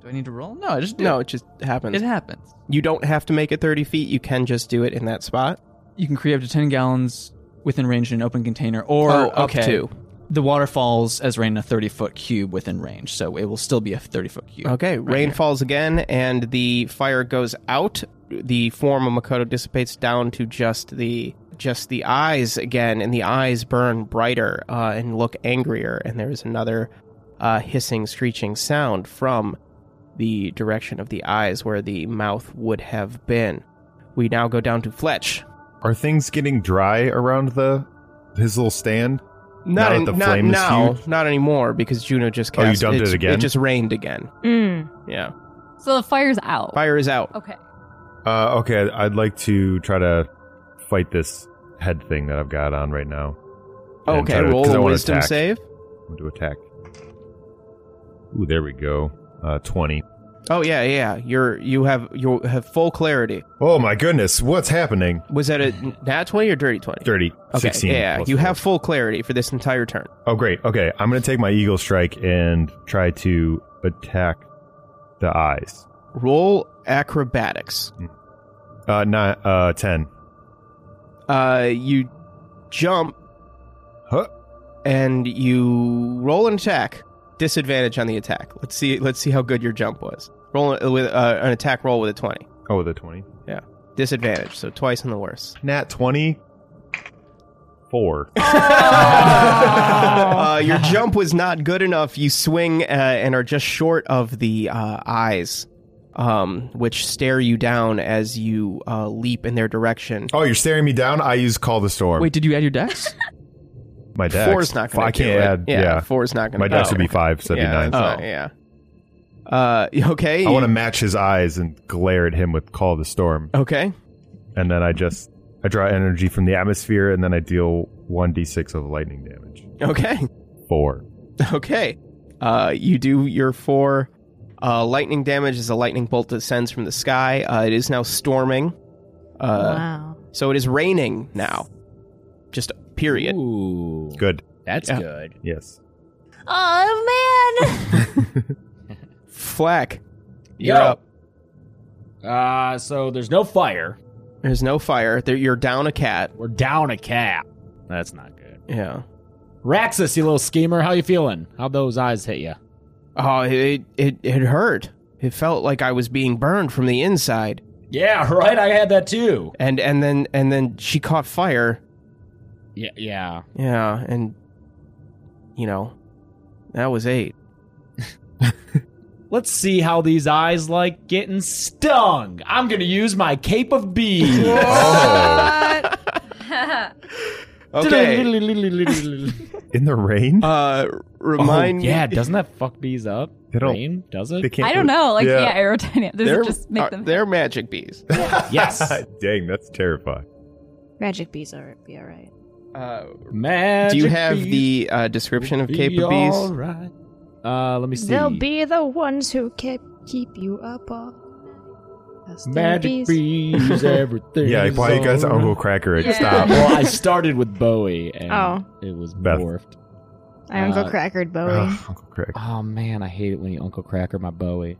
[SPEAKER 6] do I need to roll? No, I just did.
[SPEAKER 1] No, it just happens.
[SPEAKER 6] It happens.
[SPEAKER 1] you don't have to make it thirty feet. You can just do it in that spot.
[SPEAKER 6] You can create up to ten gallons within range in an open container, or
[SPEAKER 1] Oh, up
[SPEAKER 6] okay,
[SPEAKER 1] to.
[SPEAKER 6] the water falls as rain in a thirty foot cube within range, so it will still be a thirty foot cube.
[SPEAKER 1] Okay. rain falls again, and the fire goes out. The form of Makoto dissipates down to just the just the eyes again, and the eyes burn brighter uh, and look angrier. And there is another uh, hissing, screeching sound from the direction of the eyes where the mouth would have been. We now go down to Fletch.
[SPEAKER 7] Are things getting dry around the his little stand?
[SPEAKER 1] Not
[SPEAKER 7] Now that
[SPEAKER 1] an-
[SPEAKER 7] the
[SPEAKER 1] not
[SPEAKER 7] flame is
[SPEAKER 1] now,
[SPEAKER 7] huge?
[SPEAKER 1] not anymore because Juno just
[SPEAKER 7] Oh, you
[SPEAKER 1] cast.
[SPEAKER 7] dumped
[SPEAKER 1] it's-
[SPEAKER 7] it again?
[SPEAKER 1] It just rained again.
[SPEAKER 3] Mm.
[SPEAKER 1] Yeah,
[SPEAKER 4] So the fire's out.
[SPEAKER 1] fire is out.
[SPEAKER 4] Okay.
[SPEAKER 7] Uh, okay, I'd like to try to fight this head thing that I've got on right now. And
[SPEAKER 1] okay,
[SPEAKER 7] try to- 'cause
[SPEAKER 1] roll a
[SPEAKER 7] I wanna
[SPEAKER 1] wisdom
[SPEAKER 7] attack.
[SPEAKER 1] save.
[SPEAKER 7] I'm to attack. Ooh, there we go. Uh, Twenty.
[SPEAKER 1] Oh yeah, yeah. You're you have you have full clarity.
[SPEAKER 7] Oh my goodness, what's happening?
[SPEAKER 1] Was that a nat twenty or dirty twenty?
[SPEAKER 7] Thirty.
[SPEAKER 1] Okay,
[SPEAKER 7] 16
[SPEAKER 1] yeah.
[SPEAKER 7] plus
[SPEAKER 1] You
[SPEAKER 7] four.
[SPEAKER 1] have full clarity for this entire turn.
[SPEAKER 7] Oh, great. Okay, I'm going to take my eagle strike and try to attack the eyes.
[SPEAKER 1] Roll acrobatics.
[SPEAKER 7] Uh, not uh, ten.
[SPEAKER 1] Uh, you jump
[SPEAKER 7] Huh.
[SPEAKER 1] and you roll an attack. Disadvantage on the attack. Let's see. Let's see how good your jump was. Roll a- with uh, an attack roll with a twenty.
[SPEAKER 7] Oh, the twenty.
[SPEAKER 1] Disadvantage. So twice in the worst.
[SPEAKER 7] Nat twenty. Four.
[SPEAKER 1] uh, your jump was not good enough. You swing uh, and are just short of the uh, eyes, um, which stare you down as you uh, leap in their direction.
[SPEAKER 7] Oh, you're staring me down. I use call the storm.
[SPEAKER 6] Wait, did you add your dex?
[SPEAKER 7] my dex.
[SPEAKER 1] Four's not going to
[SPEAKER 7] I can't add.
[SPEAKER 1] Yeah,
[SPEAKER 7] Yeah,
[SPEAKER 1] four's not going to.
[SPEAKER 7] my dex would be five, so that'd
[SPEAKER 1] yeah,
[SPEAKER 7] be
[SPEAKER 1] that's not-
[SPEAKER 7] nine.
[SPEAKER 6] Oh.
[SPEAKER 1] yeah. Uh, <laughs> okay.
[SPEAKER 7] I want to match his eyes and glare at him with call the storm,
[SPEAKER 1] Okay.
[SPEAKER 7] and then I just I draw energy from the atmosphere, and then I deal one d6 of lightning damage.
[SPEAKER 1] Okay.
[SPEAKER 7] Four.
[SPEAKER 1] Okay. Uh, you do your four uh, lightning damage as a lightning bolt descends from the sky. Uh, it is now storming. Uh,
[SPEAKER 3] wow.
[SPEAKER 1] So it is raining now. Just period.
[SPEAKER 2] Ooh,
[SPEAKER 7] Good.
[SPEAKER 2] That's
[SPEAKER 1] Yeah.
[SPEAKER 2] good.
[SPEAKER 7] Yes.
[SPEAKER 5] Oh, man!
[SPEAKER 1] Flack. You're
[SPEAKER 2] Yo.
[SPEAKER 1] up.
[SPEAKER 2] Uh, so there's no fire.
[SPEAKER 1] There's no fire. There, you're down a cat.
[SPEAKER 2] We're down a cat. That's not good.
[SPEAKER 1] Yeah.
[SPEAKER 2] Raxus, you little schemer, how you feeling? How those eyes hit you?
[SPEAKER 1] Oh, it it it hurt. It felt like I was being burned from the inside.
[SPEAKER 2] Yeah, <laughs> right. I had that too.
[SPEAKER 1] And and then and then she caught fire.
[SPEAKER 2] Yeah, yeah.
[SPEAKER 1] Yeah, and you know, that was eight.
[SPEAKER 2] Let's see how these eyes like getting stung. I'm gonna use my cape
[SPEAKER 1] <laughs>
[SPEAKER 2] of bees. <laughs>
[SPEAKER 7] Oh.
[SPEAKER 1] Okay. <laughs>
[SPEAKER 7] In the rain?
[SPEAKER 1] Uh, remind
[SPEAKER 2] Oh, yeah, doesn't that fuck bees up?
[SPEAKER 7] They don't-
[SPEAKER 2] Rain, does
[SPEAKER 7] They
[SPEAKER 2] it?
[SPEAKER 4] <laughs>
[SPEAKER 7] can't
[SPEAKER 4] I don't know. Like yeah, aerodynamic. Does
[SPEAKER 1] They're,
[SPEAKER 4] it just make
[SPEAKER 1] uh,
[SPEAKER 4] them?
[SPEAKER 1] they're magic bees.
[SPEAKER 2] yes.
[SPEAKER 7] <laughs> Dang, that's terrifying.
[SPEAKER 3] Magic bees are be all right.
[SPEAKER 1] Uh,
[SPEAKER 2] Magic
[SPEAKER 1] do you have
[SPEAKER 2] bees
[SPEAKER 1] the uh, description of Cape of Bees?
[SPEAKER 2] All right. Uh, let me see.
[SPEAKER 3] They'll be the ones who keep keep you up all night. That's the
[SPEAKER 2] magic
[SPEAKER 3] <laughs>
[SPEAKER 2] bees. Everything.
[SPEAKER 7] Yeah,
[SPEAKER 2] is
[SPEAKER 7] why you guys
[SPEAKER 2] all
[SPEAKER 7] Uncle
[SPEAKER 2] right.
[SPEAKER 7] Cracker it?
[SPEAKER 4] Yeah.
[SPEAKER 1] Um,
[SPEAKER 2] <laughs>
[SPEAKER 7] Stop.
[SPEAKER 1] <laughs>
[SPEAKER 2] well, I started with Bowie, and
[SPEAKER 3] Oh.
[SPEAKER 2] it was
[SPEAKER 7] Beth.
[SPEAKER 2] dwarfed.
[SPEAKER 3] I Uncle
[SPEAKER 2] Uh,
[SPEAKER 3] Crackered Bowie.
[SPEAKER 7] Ugh, Uncle Cracker.
[SPEAKER 2] Oh man, I hate it when you Uncle Cracker my Bowie.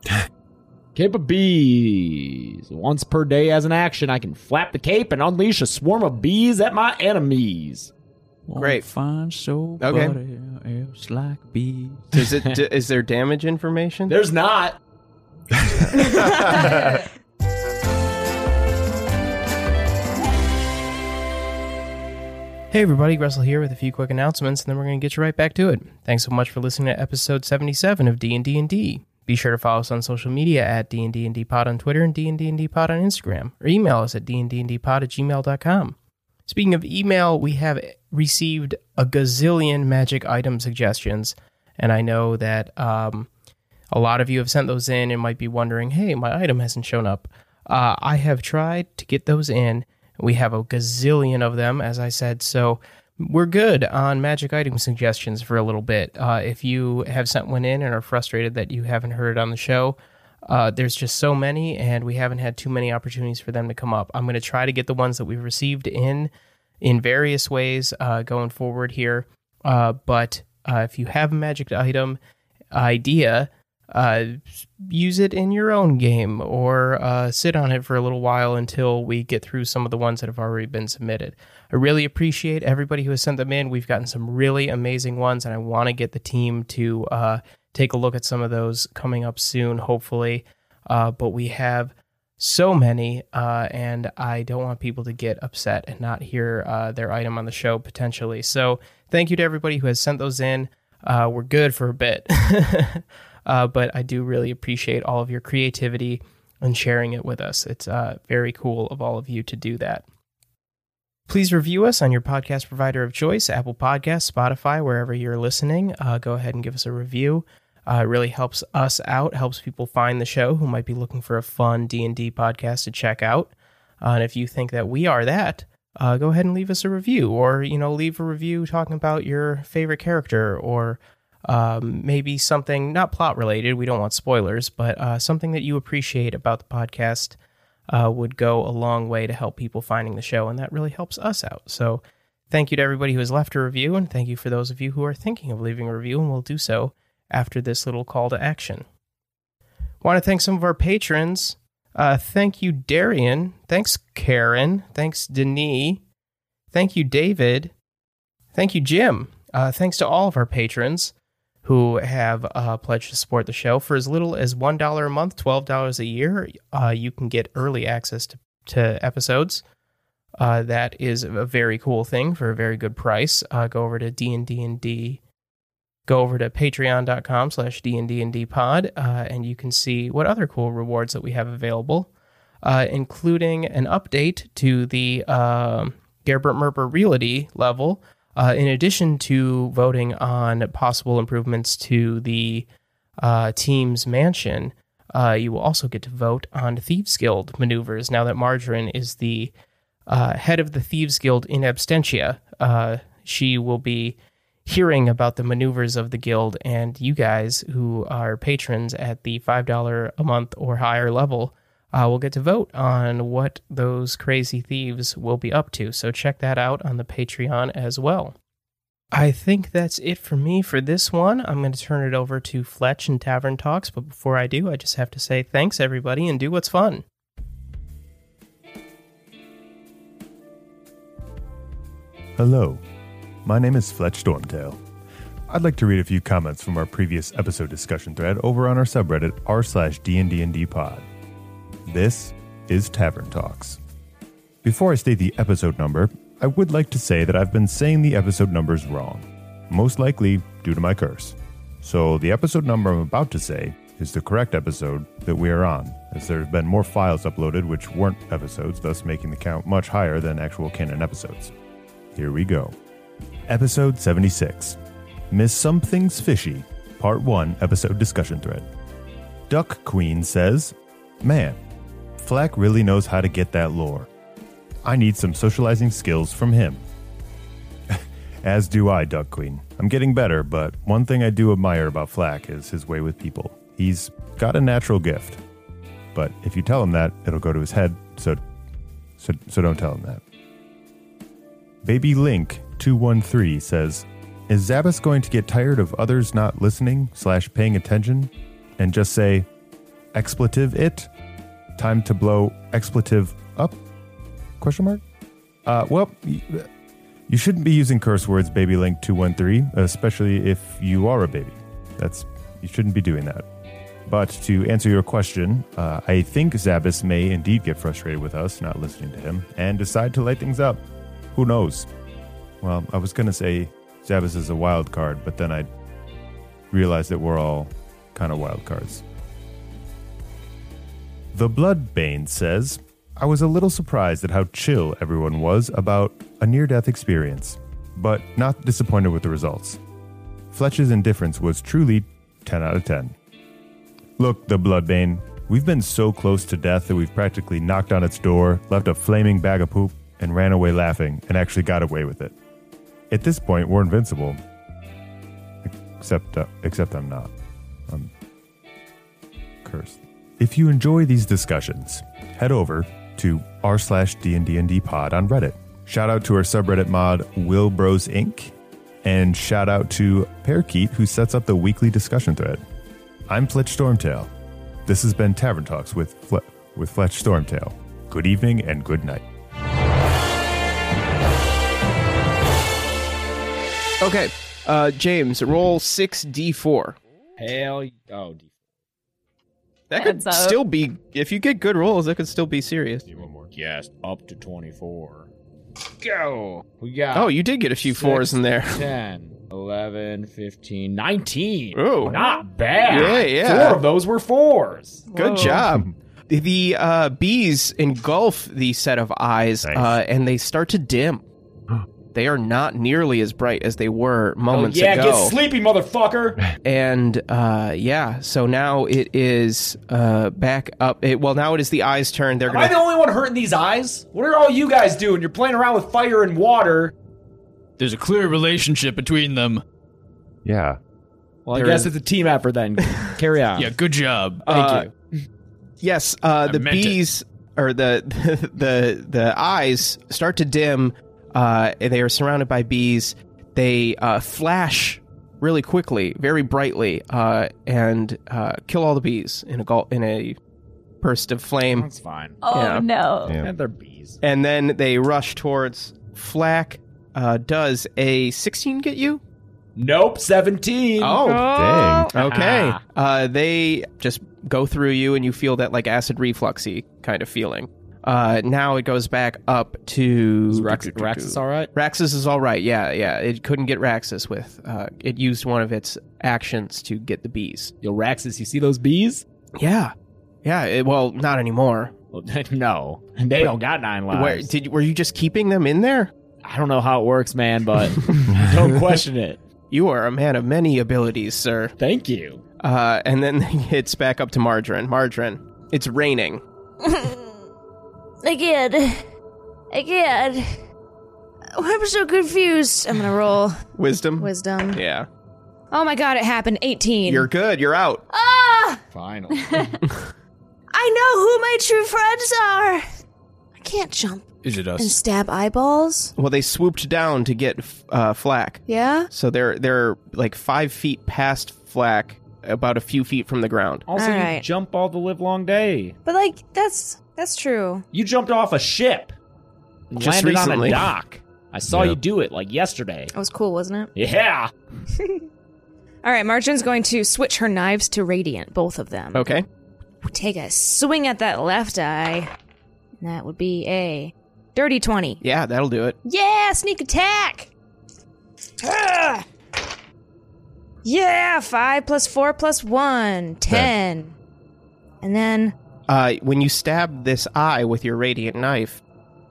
[SPEAKER 2] cape of bees. Once per day as an action, I can flap the cape and unleash a swarm of bees at my enemies.
[SPEAKER 6] Won't
[SPEAKER 1] Great.
[SPEAKER 6] Find so
[SPEAKER 1] Okay.
[SPEAKER 6] else like bees.
[SPEAKER 1] Does
[SPEAKER 2] <laughs>
[SPEAKER 1] it? d- is there damage information?
[SPEAKER 2] There's not.
[SPEAKER 7] <laughs>
[SPEAKER 1] Hey everybody, Russell here with a few quick announcements, and then we're going to get you right back to it. Thanks so much for listening to episode 77 of D&D and D. Be sure to follow us on social media at D&D and D Pod on Twitter and D&D and D Pod on Instagram, or email us at dnddpod at gmail.com. Speaking of email, we have received a gazillion magic item suggestions, and I know that um, a lot of you have sent those in and might be wondering, hey, my item hasn't shown up. Uh, I have tried to get those in. We have a gazillion of them, as I said, so we're good on magic item suggestions for a little bit. Uh, if you have sent one in and are frustrated that you haven't heard it on the show, uh, there's just so many, and we haven't had too many opportunities for them to come up. I'm going to try to get the ones that we've received in in various ways uh, going forward here. Uh, but uh, if you have a magic item idea, uh, use it in your own game or uh, sit on it for a little while until we get through some of the ones that have already been submitted. I really appreciate everybody who has sent them in. We've gotten some really amazing ones, and I want to get the team to uh, take a look at some of those coming up soon, hopefully. Uh, but we have so many, uh, and I don't want people to get upset and not hear uh, their item on the show potentially. So, thank you to everybody who has sent those in. Uh, we're good for a bit, <laughs> uh, but I do really appreciate all of your creativity and sharing it with us. It's uh, very cool of all of you to do that. Please review us on your podcast provider of choice Apple Podcasts, Spotify, wherever you're listening. Uh, go ahead and give us a review. Uh, it really helps us out, helps people find the show who might be looking for a fun D&D podcast to check out. Uh, and if you think that we are that, uh, go ahead and leave us a review or, you know, leave a review talking about your favorite character or um, maybe something not plot related. We don't want spoilers, but uh, something that you appreciate about the podcast uh, would go a long way to help people finding the show, and that really helps us out. So, thank you to everybody who has left a review, and thank you for those of you who are thinking of leaving a review and will do so after this little call to action. Want to thank some of our patrons. Uh, thank you, Darian. Thanks, Karen. Thanks, Denis. Thank you, David. Thank you, Jim. Uh, thanks to all of our patrons who have uh, pledged to support the show for as little as one dollar a month, twelve dollars a year. Uh, you can get early access to, to episodes. Uh, that is a very cool thing for a very good price. Uh, go over to D and D and D. Go over to patreon.com slash D and D and D pod, uh, and you can see what other cool rewards that we have available, uh, including an update to the um Gerbert Merper Realty level, uh, in addition to voting on possible improvements to the uh, team's mansion, uh, you will also get to vote on Thieves Guild maneuvers now that Margarine is the uh, head of the Thieves Guild in absentia. Uh, she will be hearing about the maneuvers of the guild, and you guys who are patrons at the $5 a month or higher level uh, will get to vote on what those crazy thieves will be up to. So check that out on the Patreon as well. I think that's it for me for this one. I'm going to turn it over to Fletch and Tavern Talks, but before I do, I just have to say thanks, everybody, and do what's fun.
[SPEAKER 7] Hello, my name is Fletch Stormtail. I'd like to read a few comments from our previous episode discussion thread over on our subreddit r slash D&D pod. This is Tavern Talks. Before I state the episode number, I would like to say that I've been saying the episode numbers wrong, most likely due to my curse. So the episode number I'm about to say is the correct episode that we are on, as there have been more files uploaded which weren't episodes, thus making the count much higher than actual canon episodes. Here we go. Episode 76 Miss Something's Fishy, Part 1 Episode Discussion Thread. Duck Queen says, Man, Flack really knows how to get that lore. I need some socializing skills from him. <laughs> As do I, Duck Queen. I'm getting better, but one thing I do admire about Flack is his way with people. He's got a natural gift. But if you tell him that, it'll go to his head, so so, so don't tell him that. Baby Link 213 says, Is Zabbis going to get tired of others not listening slash paying attention and just say, expletive it? Time to blow expletive up? Question mark? Uh, well, y- You shouldn't be using curse words, Baby Link 213, especially if you are a baby. That's you shouldn't be doing that. But to answer your question, uh, I think Zabbis may indeed get frustrated with us not listening to him and decide to light things up. Who knows? Well, I was going to say Zabbis is a wild card, but then I realized that we're all kind of wild cards. The Bloodbane says, I was a little surprised at how chill everyone was about a near death experience, but not disappointed with the results. Fletch's indifference was truly 10 out of 10. Look, the Bloodbane, we've been so close to death that we've practically knocked on its door, left a flaming bag of poop, and ran away laughing, and actually got away with it. At this point, we're invincible. Except, uh, except I'm not. I'm cursed. If you enjoy these discussions, head over to r slash D&D pod on Reddit. Shout out to our subreddit mod, Wilbros Inc. And shout out to Parakeet, who sets up the weekly discussion thread. I'm Fletch Stormtail. This has been Tavern Talks with, Fle- with Fletch Stormtail. Good evening and good night.
[SPEAKER 1] Okay, uh, James, roll six d four.
[SPEAKER 2] Hell, oh,
[SPEAKER 1] That could
[SPEAKER 4] Heads up.
[SPEAKER 1] still be if you get good rolls. That could still be serious.
[SPEAKER 2] yes, up to twenty-four. Go. We got.
[SPEAKER 1] Oh, you did get a few fours
[SPEAKER 2] Six,
[SPEAKER 1] in there. <laughs>
[SPEAKER 2] 10, 11, 15, 19.
[SPEAKER 1] Ooh.
[SPEAKER 2] Not bad.
[SPEAKER 1] Yeah, yeah.
[SPEAKER 2] Four of those were fours.
[SPEAKER 1] Good job. The uh, bees engulf the set of eyes,
[SPEAKER 7] Nice.
[SPEAKER 1] uh, and they start to
[SPEAKER 2] <gasps>
[SPEAKER 1] dim. They are not nearly as bright as they were moments
[SPEAKER 2] Oh, yeah,
[SPEAKER 1] ago.
[SPEAKER 2] get sleepy, <laughs> motherfucker.
[SPEAKER 1] and uh, yeah, so now it is uh, back up. It, well, now it is the eyes' turn. They're
[SPEAKER 2] Am I
[SPEAKER 1] gonna.
[SPEAKER 2] the only one hurting these eyes? What are all you guys doing? You're playing around with fire and water.
[SPEAKER 6] There's a clear relationship between them.
[SPEAKER 7] Yeah.
[SPEAKER 2] Well, I
[SPEAKER 1] There
[SPEAKER 2] guess
[SPEAKER 1] is-
[SPEAKER 2] it's a team effort <laughs> then. Carry on.
[SPEAKER 6] Yeah, good job.
[SPEAKER 2] Thank
[SPEAKER 1] Uh,
[SPEAKER 2] you.
[SPEAKER 1] Yes, uh,
[SPEAKER 6] I
[SPEAKER 1] the
[SPEAKER 6] meant it.
[SPEAKER 1] bees or the, the <laughs> the eyes start to dim. Uh, they are surrounded by bees. They uh, flash really quickly, very brightly, uh, and uh, kill all the bees in a gul- in a burst of flame.
[SPEAKER 2] That's fine.
[SPEAKER 4] Oh
[SPEAKER 1] Yeah.
[SPEAKER 4] no.
[SPEAKER 7] Yeah.
[SPEAKER 2] And they're bees.
[SPEAKER 1] And then they rush towards Flack. Uh, does a sixteen get you?
[SPEAKER 2] Nope, 17.
[SPEAKER 7] Dang.
[SPEAKER 1] Oh, Okay.
[SPEAKER 2] Ah.
[SPEAKER 1] Uh, they just go through you, and you feel that like acid refluxy kind of feeling. Uh, now it goes back up to
[SPEAKER 2] Is Rax- Raxus all right?
[SPEAKER 1] Raxus is all right. Yeah, yeah. It couldn't get Raxus with. Uh, it used one of its actions to get the bees.
[SPEAKER 2] Yo, Raxus, you see those bees?
[SPEAKER 1] Yeah, yeah. It, well, not anymore.
[SPEAKER 2] Well, <laughs> no. They don't got nine lives.
[SPEAKER 1] Where did were you just keeping them in there?
[SPEAKER 2] I don't know how it works, man, <laughs> but don't question it.
[SPEAKER 1] You are a man of many abilities, sir.
[SPEAKER 2] Thank you.
[SPEAKER 1] Uh, and then <laughs> it's back up to Margarine. Margarine, it's raining.
[SPEAKER 5] I can't. I can't. I'm so confused. I'm gonna roll
[SPEAKER 1] Wisdom.
[SPEAKER 5] wisdom.
[SPEAKER 1] Yeah.
[SPEAKER 3] Oh my god, it happened. 18.
[SPEAKER 1] You're good. You're out.
[SPEAKER 5] Ah!
[SPEAKER 2] Final.
[SPEAKER 5] <laughs> I know who my true friends are! I can't jump
[SPEAKER 6] Is it
[SPEAKER 5] and
[SPEAKER 6] us?
[SPEAKER 5] stab eyeballs.
[SPEAKER 1] Well, they swooped down to get uh, Flack,
[SPEAKER 5] Yeah?
[SPEAKER 1] so they're they're like five feet past Flack, about a few feet from the ground.
[SPEAKER 2] also,
[SPEAKER 5] All
[SPEAKER 2] you
[SPEAKER 5] right.
[SPEAKER 2] jump all the live long day.
[SPEAKER 5] But, like, that's that's true.
[SPEAKER 2] You jumped off a ship. And
[SPEAKER 1] Just
[SPEAKER 2] landed
[SPEAKER 1] recently.
[SPEAKER 2] on a dock. I saw
[SPEAKER 7] Yeah.
[SPEAKER 2] you do it like yesterday.
[SPEAKER 5] That was cool, wasn't it?
[SPEAKER 2] Yeah.
[SPEAKER 3] All right, Marjorie's going to switch her knives to radiant, both of them.
[SPEAKER 1] Okay.
[SPEAKER 3] Take a swing at that left eye.
[SPEAKER 5] That would be a dirty 20.
[SPEAKER 1] Yeah, that'll do it.
[SPEAKER 5] Yeah, sneak attack! Ah! Yeah, 5 plus 4 plus 1, 10. And then,
[SPEAKER 1] Uh, when you stab this eye with your radiant knife,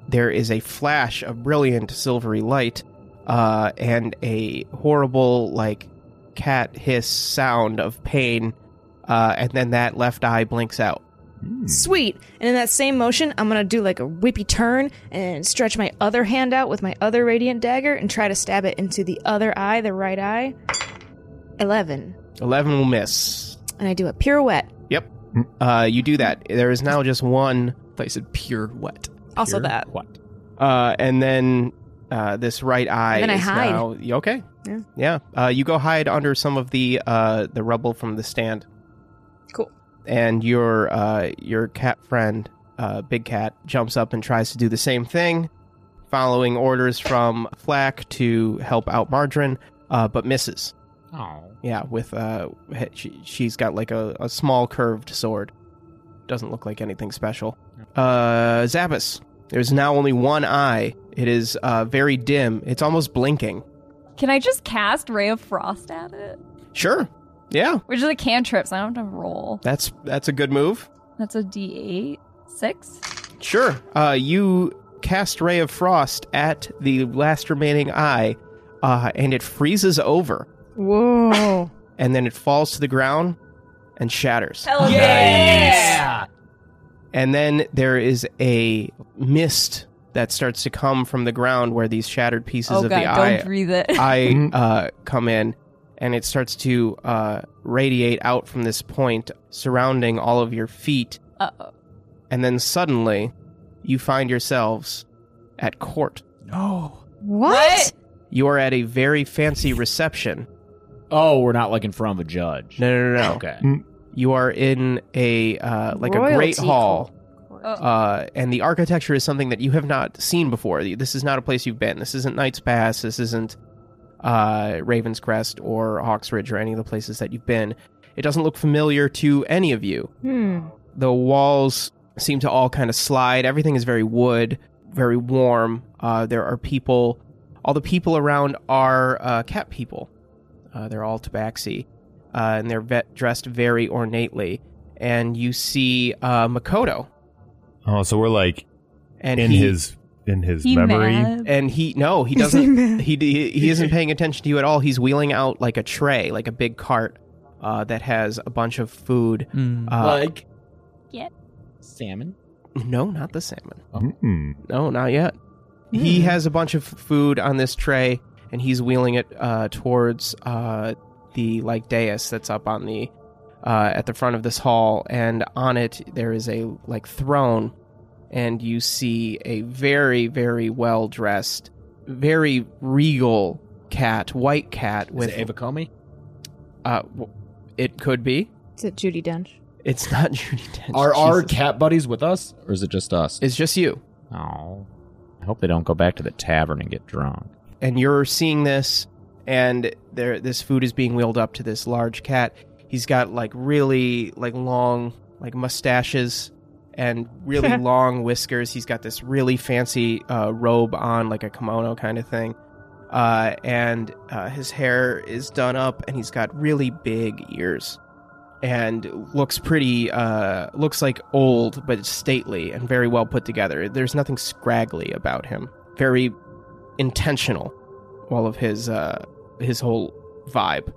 [SPEAKER 1] there is a flash of brilliant silvery light, uh, and a horrible like cat hiss sound of pain, uh, and then that left eye blinks out.
[SPEAKER 3] Sweet.
[SPEAKER 5] and in that same motion, I'm gonna do like a whippy turn and stretch my other hand out with my other radiant dagger and try to stab it into the other eye, the right eye. 11.
[SPEAKER 1] Eleven will miss.
[SPEAKER 5] And I do a pirouette.
[SPEAKER 1] Yep. Uh, you do that. There is now just one. I thought you said pure wet.
[SPEAKER 3] Also that.
[SPEAKER 2] What?
[SPEAKER 1] Uh, and then uh, this right eye.
[SPEAKER 3] And then I
[SPEAKER 1] is
[SPEAKER 3] hide.
[SPEAKER 1] now- you okay?
[SPEAKER 5] Yeah.
[SPEAKER 1] Yeah. Uh, you go hide under some of the uh, the rubble from the stand.
[SPEAKER 5] Cool.
[SPEAKER 1] And your uh, your cat friend, uh, Big Cat, jumps up and tries to do the same thing. following orders from Flack to help out Margarine, uh, but misses.
[SPEAKER 2] Oh.
[SPEAKER 1] Yeah, with uh, he- she, she's got like a, a small curved sword. Doesn't look like anything special. Uh, Zappus, there's now only one eye. It is uh, very dim. It's almost blinking.
[SPEAKER 4] Can I just cast Ray of Frost at it?
[SPEAKER 1] Sure. Yeah,
[SPEAKER 4] Which is a cantrip, so I don't have to roll.
[SPEAKER 1] that's that's a good move.
[SPEAKER 4] That's a D8. Six?
[SPEAKER 1] Sure. Uh, you cast Ray of Frost at the last remaining eye, uh, and it freezes over,
[SPEAKER 5] Whoa.
[SPEAKER 1] and then it falls to the ground and shatters.
[SPEAKER 4] Hell
[SPEAKER 2] Yeah.
[SPEAKER 1] And then there is a mist that starts to come from the ground where these shattered pieces
[SPEAKER 4] Oh
[SPEAKER 1] of
[SPEAKER 4] god,
[SPEAKER 1] the
[SPEAKER 4] don't
[SPEAKER 1] eye,
[SPEAKER 4] breathe it.
[SPEAKER 1] <laughs> eye uh, come in, and it starts to uh, radiate out from this point, surrounding all of your feet.
[SPEAKER 4] <laughs> Uh-oh.
[SPEAKER 1] And then suddenly, you find yourselves at court.
[SPEAKER 6] No.
[SPEAKER 5] what?
[SPEAKER 1] You are at a very fancy reception.
[SPEAKER 2] Oh, we're not like in front of a judge.
[SPEAKER 1] No, no, no. <laughs> no.
[SPEAKER 2] Okay.
[SPEAKER 1] You are in a uh, like a great
[SPEAKER 5] Royalty
[SPEAKER 1] hall,
[SPEAKER 4] Oh.
[SPEAKER 1] uh, and the architecture is something that you have not seen before. This is not a place you've been. This isn't Knights Pass. This isn't uh, Raven's Crest or Hawks Ridge or any of the places that you've been. It doesn't look familiar to any of you.
[SPEAKER 5] Hmm.
[SPEAKER 1] The walls seem to all kind of slide. Everything is very wood, very warm. Uh, there are people. All the people around are uh, cat people. Uh, they're all tabaxi, uh, and they're ve- dressed very ornately. And you see uh, Makoto,
[SPEAKER 7] Oh, so we're like
[SPEAKER 1] and
[SPEAKER 7] in
[SPEAKER 1] he,
[SPEAKER 7] his in his
[SPEAKER 4] He
[SPEAKER 7] memory.
[SPEAKER 4] mad.
[SPEAKER 1] and he no, he doesn't. he he isn't paying attention to you at all. He's wheeling out like a tray, like a big cart uh, that has a bunch of food. Uh,
[SPEAKER 2] like.
[SPEAKER 4] Yeah.
[SPEAKER 2] Salmon.
[SPEAKER 1] no, not the salmon.
[SPEAKER 7] Mm.
[SPEAKER 1] No, not yet.
[SPEAKER 2] Hmm.
[SPEAKER 1] He has a bunch of food on this tray, and he's wheeling it uh, towards uh, the like dais that's up on the uh, at the front of this hall, and on it there is a like throne, and you see a very very well dressed, very regal cat, white cat
[SPEAKER 2] With
[SPEAKER 1] with
[SPEAKER 2] Ava Comey.
[SPEAKER 1] uh, w- it could be.
[SPEAKER 5] Is it Judy Dench?
[SPEAKER 1] It's not <laughs> Judy Dench.
[SPEAKER 2] Are our
[SPEAKER 1] Jesus.
[SPEAKER 2] cat buddies with us, or is it just us?
[SPEAKER 1] It's just you.
[SPEAKER 2] Oh. I hope they don't go back to the tavern and get drunk.
[SPEAKER 1] and you're seeing this and there this food is being wheeled up to this large cat he's got like really like long like mustaches and really long whiskers he's got this really fancy uh, robe on like a kimono kind of thing uh, and uh, his hair is done up and he's got really big ears and looks pretty uh, looks like old but stately and very well put together there's nothing scraggly about him very intentional all of his uh his whole vibe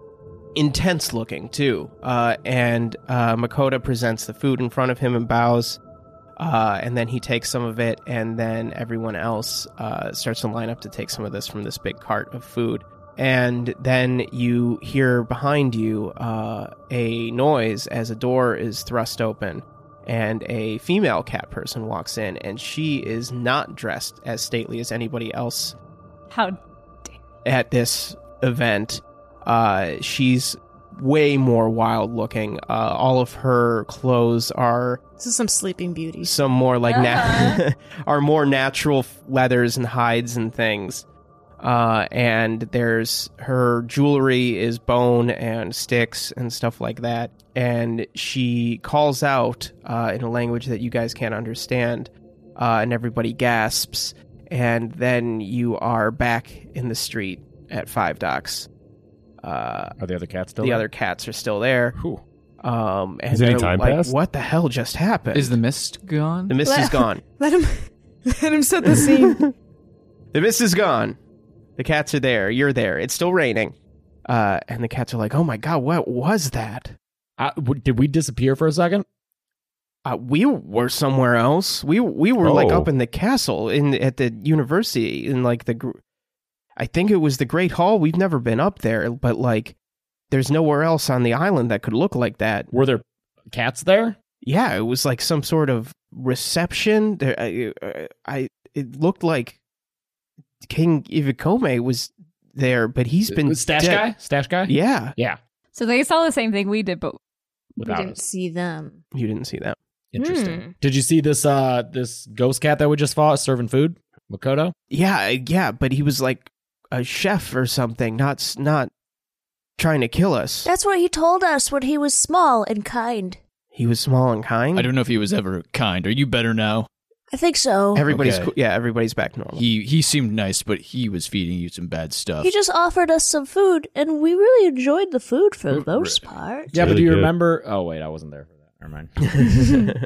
[SPEAKER 1] intense looking too uh and uh Makoto presents the food in front of him and bows uh and then he takes some of it and then everyone else uh starts to line up to take some of this from this big cart of food and then you hear behind you uh a noise as a door is thrust open and a female cat person walks in and she is not dressed as stately as anybody else
[SPEAKER 4] How
[SPEAKER 1] at this event. Uh, she's way more wild looking. Uh, all of her clothes are
[SPEAKER 5] This is some Sleeping Beauty. <laughs>
[SPEAKER 1] some more like
[SPEAKER 4] Uh-huh.
[SPEAKER 1] nat- <laughs> are more natural f- leathers and hides and things. Uh, and there's her jewelry is bone and sticks and stuff like that. And she calls out uh, in a language that you guys can't understand, uh, and everybody gasps. And then you are back in the street at Five Docks. Uh,
[SPEAKER 2] Are the other cats still
[SPEAKER 1] the
[SPEAKER 2] there?
[SPEAKER 1] other cats are still there.
[SPEAKER 2] Whew.
[SPEAKER 1] Um, and
[SPEAKER 7] Has any
[SPEAKER 1] they're
[SPEAKER 7] time
[SPEAKER 1] like,
[SPEAKER 7] passed?
[SPEAKER 1] What the hell just happened?
[SPEAKER 6] Is the mist gone?
[SPEAKER 1] the
[SPEAKER 6] <laughs>
[SPEAKER 1] mist is gone.
[SPEAKER 5] Let him <laughs> let him set the scene.
[SPEAKER 1] The mist is gone. The cats are there. You're there. It's still raining. Uh, and the cats are like, oh my God, what was that?
[SPEAKER 2] I, Uh, w- did we disappear for a second?
[SPEAKER 1] Uh, we were somewhere else. We we were like
[SPEAKER 7] Oh.
[SPEAKER 1] up in the castle in at the university in like the, gr- I think it was the Great Hall. We've never been up there, but like, there's nowhere else on the island that could look like that.
[SPEAKER 2] Were there cats there?
[SPEAKER 1] Yeah, it was like some sort of reception. There, I, uh, I it looked like King Ivakome was there, but he's been
[SPEAKER 2] stash
[SPEAKER 1] dead-
[SPEAKER 2] guy. Stash <laughs> guy.
[SPEAKER 1] Yeah,
[SPEAKER 2] Yeah.
[SPEAKER 4] So they saw the same thing we did, but
[SPEAKER 5] we
[SPEAKER 2] Without
[SPEAKER 5] didn't
[SPEAKER 2] us.
[SPEAKER 5] see them.
[SPEAKER 1] you didn't see that.
[SPEAKER 8] Hmm.
[SPEAKER 2] Interesting. Did you see this uh this ghost cat that we just fought serving food? Makoto?
[SPEAKER 1] Yeah, yeah, but he was like a chef or something, not s- not trying to kill us.
[SPEAKER 8] That's what he told us when he was small and kind.
[SPEAKER 1] He was small and kind.
[SPEAKER 6] I don't know if he was ever kind. Are you better now?
[SPEAKER 8] I think so.
[SPEAKER 1] everybody's
[SPEAKER 6] Okay.
[SPEAKER 1] cool. yeah, everybody's back normal.
[SPEAKER 6] He he seemed nice, but he was feeding you some bad stuff.
[SPEAKER 8] He just offered us some food, and we really enjoyed the food for the most part.
[SPEAKER 2] Yeah, but
[SPEAKER 7] really
[SPEAKER 2] do you
[SPEAKER 7] good.
[SPEAKER 2] remember? Oh wait, I wasn't there for that. Never mind. <laughs>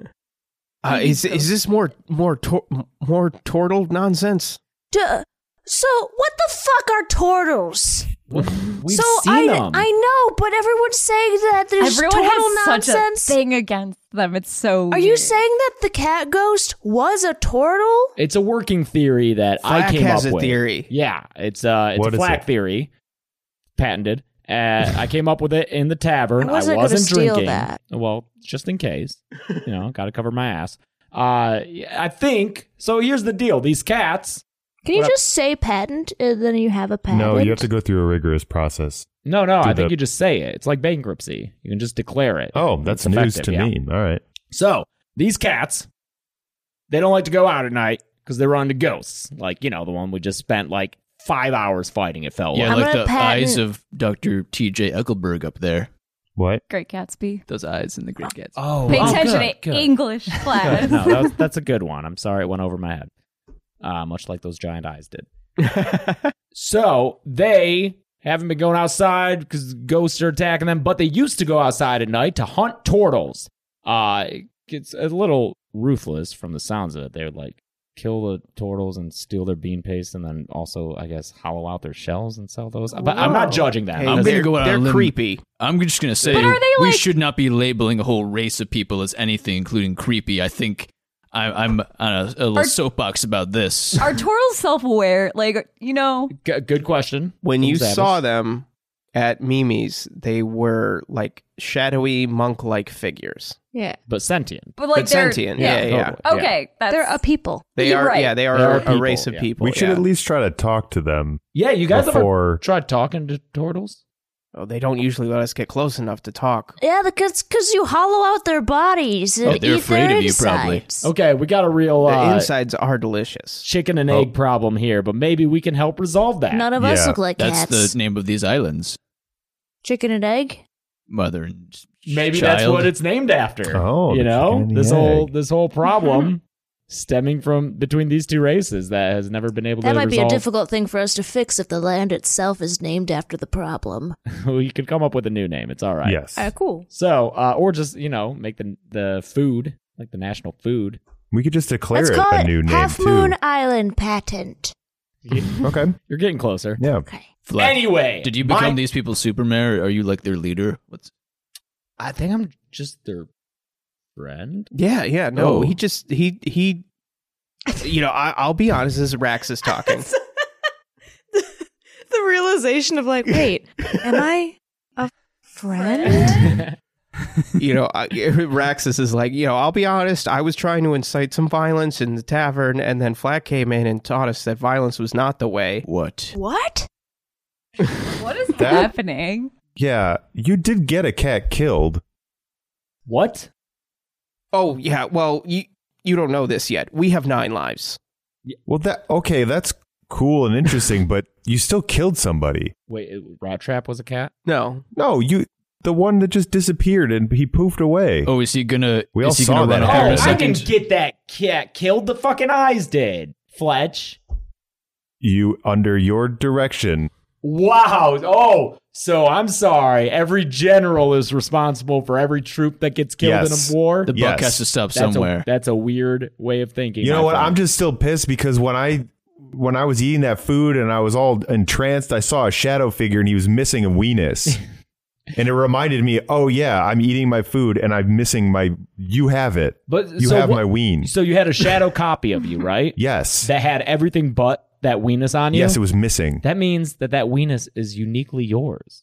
[SPEAKER 1] uh, is is this more more tor- more turtle nonsense?
[SPEAKER 8] Duh. So what the fuck are turtles?
[SPEAKER 2] We've
[SPEAKER 8] so
[SPEAKER 2] seen
[SPEAKER 8] I,
[SPEAKER 2] them.
[SPEAKER 8] I know, but everyone's saying that there's
[SPEAKER 4] Everyone
[SPEAKER 8] turtle
[SPEAKER 4] has
[SPEAKER 8] nonsense.
[SPEAKER 4] such a thing against them. It's so.
[SPEAKER 8] Are you saying that the cat ghost was a turtle?
[SPEAKER 2] it's a working theory that I
[SPEAKER 1] Flack
[SPEAKER 2] came
[SPEAKER 1] has
[SPEAKER 2] up
[SPEAKER 1] a
[SPEAKER 2] with.
[SPEAKER 1] theory.
[SPEAKER 2] Yeah, it's uh, it's
[SPEAKER 7] What
[SPEAKER 2] a
[SPEAKER 7] is
[SPEAKER 2] flack
[SPEAKER 7] it?
[SPEAKER 2] theory, patented. Uh, I came up with it in the tavern.
[SPEAKER 8] I wasn't
[SPEAKER 2] I
[SPEAKER 8] gonna
[SPEAKER 2] wasn't
[SPEAKER 8] steal
[SPEAKER 2] drinking.
[SPEAKER 8] that.
[SPEAKER 2] Well, just in case, you know, got to cover my ass. Uh, I think so. Here's the deal: these cats.
[SPEAKER 8] Can you
[SPEAKER 2] What up?
[SPEAKER 8] just say patent and then you have a patent?
[SPEAKER 7] No, you have to go through a rigorous process.
[SPEAKER 2] No, no,
[SPEAKER 7] Do
[SPEAKER 2] I think
[SPEAKER 7] the-
[SPEAKER 2] you just say it. It's like bankruptcy. You can just declare it.
[SPEAKER 7] Oh, that's
[SPEAKER 2] It's
[SPEAKER 7] news
[SPEAKER 2] effective,
[SPEAKER 7] to
[SPEAKER 2] yeah.
[SPEAKER 7] me. All right.
[SPEAKER 2] So these cats, they don't like to go out at night because they run into ghosts. Like you know, the one we just spent like five hours fighting. It felt
[SPEAKER 6] yeah,
[SPEAKER 8] I'm
[SPEAKER 2] like.
[SPEAKER 6] like
[SPEAKER 8] gonna
[SPEAKER 6] the eyes
[SPEAKER 8] patent-
[SPEAKER 6] of Doctor T.J. Eckelberg up there.
[SPEAKER 7] What?
[SPEAKER 4] Great Gatsby?
[SPEAKER 6] Those eyes in the Great Gatsby.
[SPEAKER 2] Oh,
[SPEAKER 4] Pay attention to English class.
[SPEAKER 1] <laughs>
[SPEAKER 2] no, that was, that's a good one. I'm sorry it went over my head. Uh, much like those giant eyes
[SPEAKER 1] <laughs>
[SPEAKER 2] did. so they haven't been going outside because ghosts are attacking them, but they used to go outside at night to hunt turtles. Uh, it's a little ruthless from the sounds of it. They would like kill the turtles and steal their bean paste and then also, I guess, hollow out their shells and sell those. But I'm not judging them.
[SPEAKER 1] Hey,
[SPEAKER 6] I'm
[SPEAKER 2] I'm-
[SPEAKER 6] gonna
[SPEAKER 1] they're
[SPEAKER 6] go out on a
[SPEAKER 1] they're
[SPEAKER 6] limb.
[SPEAKER 1] creepy.
[SPEAKER 6] I'm just gonna say
[SPEAKER 4] But are they,
[SPEAKER 6] we
[SPEAKER 4] like-
[SPEAKER 6] should not be labeling a whole race of people as anything, including creepy. I think I, I'm on a, a little
[SPEAKER 4] Are-
[SPEAKER 6] soapbox about this.
[SPEAKER 4] Are turtles self-aware? Like you know,
[SPEAKER 2] G- good question.
[SPEAKER 1] When you
[SPEAKER 2] Zavis.
[SPEAKER 1] saw them at Mimi's, they were like shadowy monk-like figures.
[SPEAKER 3] Yeah.
[SPEAKER 2] but sentient.
[SPEAKER 4] but like
[SPEAKER 1] but
[SPEAKER 4] they're
[SPEAKER 1] sentient. Yeah, yeah. yeah.
[SPEAKER 2] totally.
[SPEAKER 4] Okay, that's
[SPEAKER 5] They're a people.
[SPEAKER 1] They
[SPEAKER 4] You're
[SPEAKER 1] are.
[SPEAKER 4] right.
[SPEAKER 1] Yeah, they are,
[SPEAKER 2] They are
[SPEAKER 1] a,
[SPEAKER 2] people,
[SPEAKER 1] race of
[SPEAKER 2] yeah.
[SPEAKER 1] people.
[SPEAKER 7] We should
[SPEAKER 1] yeah.
[SPEAKER 7] at least try to talk to them
[SPEAKER 2] Yeah, you guys ever
[SPEAKER 7] before.
[SPEAKER 2] tried talking to turtles?
[SPEAKER 1] Oh, they don't usually let us get close enough to talk.
[SPEAKER 8] Yeah, because because you hollow out their bodies and
[SPEAKER 6] Oh, they're
[SPEAKER 8] eat
[SPEAKER 6] afraid
[SPEAKER 8] their
[SPEAKER 6] of you, probably.
[SPEAKER 8] insides.
[SPEAKER 2] Okay, we got a real
[SPEAKER 1] the
[SPEAKER 2] uh,
[SPEAKER 1] insides are delicious.
[SPEAKER 2] chicken and
[SPEAKER 7] Oh.
[SPEAKER 2] egg problem here, but maybe we can help resolve that.
[SPEAKER 8] None of us
[SPEAKER 7] Yeah,
[SPEAKER 8] look like
[SPEAKER 6] That's
[SPEAKER 8] cats.
[SPEAKER 6] the name of these islands,
[SPEAKER 8] Chicken and egg.
[SPEAKER 6] mother and
[SPEAKER 2] maybe
[SPEAKER 6] child.
[SPEAKER 2] that's what it's named after.
[SPEAKER 7] Oh,
[SPEAKER 2] you
[SPEAKER 7] the chicken
[SPEAKER 2] know
[SPEAKER 7] and the
[SPEAKER 2] this whole
[SPEAKER 7] egg.
[SPEAKER 2] this whole problem <laughs> stemming from between these two races that has never been able
[SPEAKER 8] That
[SPEAKER 2] to
[SPEAKER 8] might be a
[SPEAKER 2] resolve.
[SPEAKER 8] difficult thing for us to fix if the land itself is named after the problem.
[SPEAKER 2] <laughs> we could come up with a new name. It's all right.
[SPEAKER 7] Yes.
[SPEAKER 3] cool.
[SPEAKER 2] So, uh, or just you know make the the food like the national food.
[SPEAKER 7] We could just declare
[SPEAKER 8] Let's
[SPEAKER 7] it
[SPEAKER 8] call
[SPEAKER 7] a
[SPEAKER 8] it
[SPEAKER 7] new name
[SPEAKER 8] Half
[SPEAKER 7] too.
[SPEAKER 8] Moon Island Patent.
[SPEAKER 7] Okay.
[SPEAKER 2] You're getting closer.
[SPEAKER 7] Yeah.
[SPEAKER 8] Okay.
[SPEAKER 6] Flat.
[SPEAKER 2] Anyway,
[SPEAKER 6] Did you become
[SPEAKER 2] my-
[SPEAKER 6] these people's superman? Or are you like their leader? What's
[SPEAKER 2] I think I'm just their friend.
[SPEAKER 1] Yeah, yeah. No,
[SPEAKER 6] Oh.
[SPEAKER 1] he just he he. You know, I, I'll be honest. This is Rax is <laughs> talking.
[SPEAKER 5] The realization of like,
[SPEAKER 6] <laughs>
[SPEAKER 5] wait, am I a friend?
[SPEAKER 1] you know, I, <laughs> Raxus is like, you know, I'll be honest. I was trying to incite some violence in the tavern, and then Flack came in and taught us that violence was not the way.
[SPEAKER 6] what?
[SPEAKER 8] What?
[SPEAKER 4] what is
[SPEAKER 7] That-
[SPEAKER 4] happening?
[SPEAKER 7] Yeah. You did get a cat killed.
[SPEAKER 2] what?
[SPEAKER 1] Oh yeah, well you you don't know this yet. We have nine lives.
[SPEAKER 7] Well, that okay. That's cool and interesting, <laughs> but you still killed somebody.
[SPEAKER 2] Wait, it- Rat Trap was a cat.
[SPEAKER 1] No,
[SPEAKER 7] No, you the one that just disappeared and he poofed away.
[SPEAKER 6] Oh, is he gonna?
[SPEAKER 7] We all
[SPEAKER 6] is he
[SPEAKER 7] saw
[SPEAKER 6] gonna
[SPEAKER 7] that
[SPEAKER 6] run
[SPEAKER 7] happen.
[SPEAKER 6] off in
[SPEAKER 2] Oh,
[SPEAKER 6] a
[SPEAKER 2] I can
[SPEAKER 6] second?
[SPEAKER 2] get that cat killed. The fucking eyes did. Fletch.
[SPEAKER 7] You under your direction.
[SPEAKER 2] Wow. Oh, so I'm sorry. Every general is responsible for every troop that gets killed
[SPEAKER 7] Yes.
[SPEAKER 2] in a war.
[SPEAKER 6] The
[SPEAKER 7] Yes.
[SPEAKER 6] buck has to stop
[SPEAKER 2] That's a-
[SPEAKER 6] somewhere.
[SPEAKER 2] That's a, weird way of thinking.
[SPEAKER 7] You know
[SPEAKER 2] my
[SPEAKER 7] what?
[SPEAKER 2] friend.
[SPEAKER 7] I'm just still pissed because when I when I was eating that food and I was all entranced, I saw a shadow figure and he was missing a weenus.
[SPEAKER 2] <laughs>
[SPEAKER 7] and it reminded me, oh yeah, I'm eating my food and I'm missing my you have it.
[SPEAKER 2] But
[SPEAKER 7] You
[SPEAKER 2] so
[SPEAKER 7] have
[SPEAKER 2] what-
[SPEAKER 7] my ween.
[SPEAKER 2] So you had a
[SPEAKER 7] <laughs>
[SPEAKER 2] shadow copy of you, right?
[SPEAKER 7] yes.
[SPEAKER 2] That had everything but that weenus on you.
[SPEAKER 7] yes, it was missing.
[SPEAKER 2] That means that that weenus is uniquely yours.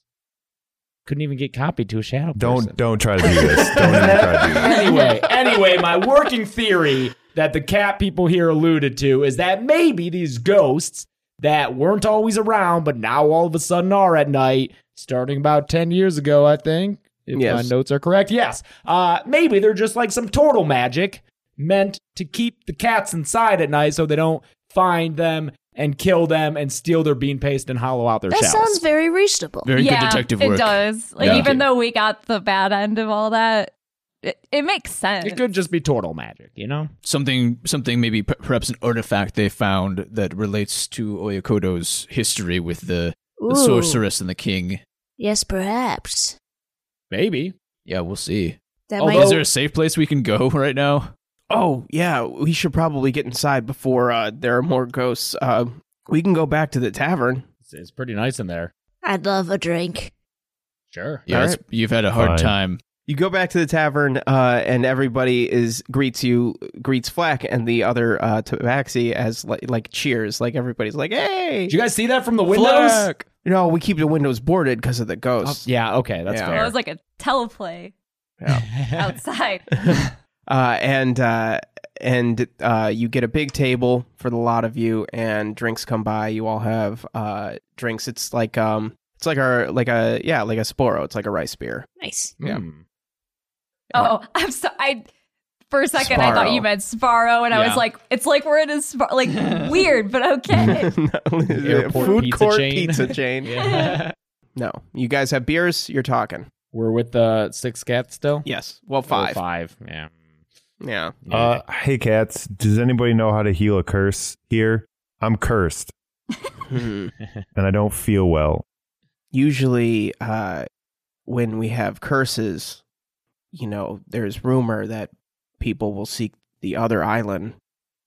[SPEAKER 2] Couldn't even get copied to a shadow.
[SPEAKER 7] don't
[SPEAKER 2] person.
[SPEAKER 7] don't try to do
[SPEAKER 2] <laughs>
[SPEAKER 7] this. Don't even try to do
[SPEAKER 8] <laughs>
[SPEAKER 7] this.
[SPEAKER 2] anyway, anyway, my working theory that the cat people here alluded to is that maybe these ghosts that weren't always around but now all of a sudden are at night, starting about 10 years ago, I think, if
[SPEAKER 1] Yes.
[SPEAKER 2] my notes are correct. Yes. Uh maybe they're just like some turtle magic meant to keep the cats inside at night so they don't find them, and kill them, and steal their bean paste and hollow out their
[SPEAKER 8] That
[SPEAKER 2] shells.
[SPEAKER 8] sounds very reasonable.
[SPEAKER 9] Very
[SPEAKER 4] yeah,
[SPEAKER 9] good detective work.
[SPEAKER 4] It does. Like
[SPEAKER 9] Yeah.
[SPEAKER 4] even though we got the bad end of all that, it, it makes sense.
[SPEAKER 2] it could just be turtle magic, you know?
[SPEAKER 9] Something, something, maybe p- perhaps an artifact they found that relates to Oyakoto's history with the, the
[SPEAKER 8] Ooh.
[SPEAKER 9] sorceress and the king.
[SPEAKER 8] Yes, perhaps.
[SPEAKER 2] Maybe.
[SPEAKER 9] Yeah, we'll see.
[SPEAKER 8] That
[SPEAKER 6] Oh,
[SPEAKER 9] Although,
[SPEAKER 8] might
[SPEAKER 9] is there a safe place we can go <laughs> right now?
[SPEAKER 1] Oh yeah, we should probably get inside before uh, there are more ghosts. Uh, we can go back to the tavern.
[SPEAKER 2] It's, it's pretty nice in there.
[SPEAKER 8] I'd love a drink.
[SPEAKER 2] Sure.
[SPEAKER 9] Yeah,
[SPEAKER 1] All
[SPEAKER 9] it's- you've had a hard
[SPEAKER 7] Fine.
[SPEAKER 9] time.
[SPEAKER 1] You go back to the tavern, uh, and everybody is greets you, greets Flack and the other uh, Tabaxi as like, like cheers, like everybody's like, "Hey!"
[SPEAKER 2] Did you guys see that from the windows?
[SPEAKER 1] No, we keep the windows boarded because of the
[SPEAKER 2] Oh,
[SPEAKER 1] ghosts.
[SPEAKER 2] yeah, okay, that's
[SPEAKER 1] Yeah.
[SPEAKER 4] Well,
[SPEAKER 2] fair.
[SPEAKER 4] It was like a teleplay <laughs> outside.
[SPEAKER 1] uh, and uh, and uh, you get a big table for the lot of you, and drinks come by. You all have uh, drinks. It's like um, it's like our like a yeah, like a Sporo. It's like a rice beer.
[SPEAKER 5] Nice.
[SPEAKER 1] Yeah.
[SPEAKER 2] Hmm.
[SPEAKER 4] oh, I'm so I. For a second, I thought
[SPEAKER 1] Sparrow.
[SPEAKER 4] you meant Sparrow, and I
[SPEAKER 9] Yeah.
[SPEAKER 4] was like, "It's like we're in a Spar- like weird, but
[SPEAKER 1] <laughs>
[SPEAKER 4] okay."
[SPEAKER 2] Airport
[SPEAKER 1] food
[SPEAKER 2] pizza
[SPEAKER 1] court
[SPEAKER 2] chain. <laughs>
[SPEAKER 1] pizza chain.
[SPEAKER 2] Yeah. <laughs>
[SPEAKER 1] No, you guys have beers. You're talking.
[SPEAKER 2] We're with the six cats still?
[SPEAKER 1] Yes. Well,
[SPEAKER 2] Or
[SPEAKER 1] five.
[SPEAKER 2] five, yeah.
[SPEAKER 1] Yeah.
[SPEAKER 7] Uh, hey, cats. Does anybody know how to heal a curse here? I'm cursed and I don't feel well.
[SPEAKER 1] Usually, uh, when we have curses, you know, there's rumor that people will seek the other island.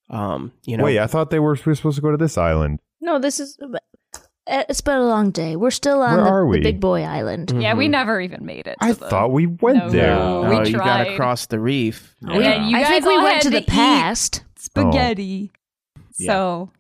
[SPEAKER 1] Um, you
[SPEAKER 9] Oh,
[SPEAKER 1] know,
[SPEAKER 7] Wait, I thought they were we were supposed to go to this island.
[SPEAKER 8] No, this is. uh, It's been a long day. We're still on
[SPEAKER 7] Where
[SPEAKER 8] the,
[SPEAKER 7] are we?
[SPEAKER 8] the Big Boy Island.
[SPEAKER 4] yeah,
[SPEAKER 1] Mm-hmm.
[SPEAKER 4] we never even made it.
[SPEAKER 7] I
[SPEAKER 4] to the-
[SPEAKER 7] thought we went
[SPEAKER 4] No.
[SPEAKER 7] there.
[SPEAKER 4] No.
[SPEAKER 1] Oh,
[SPEAKER 4] we
[SPEAKER 1] you gotta
[SPEAKER 4] tried.
[SPEAKER 1] cross the reef.
[SPEAKER 4] And then you
[SPEAKER 8] I
[SPEAKER 4] guys
[SPEAKER 8] think we
[SPEAKER 4] all
[SPEAKER 8] went
[SPEAKER 4] had
[SPEAKER 8] to the
[SPEAKER 4] eat
[SPEAKER 8] past.
[SPEAKER 4] spaghetti.
[SPEAKER 2] Yeah.
[SPEAKER 4] So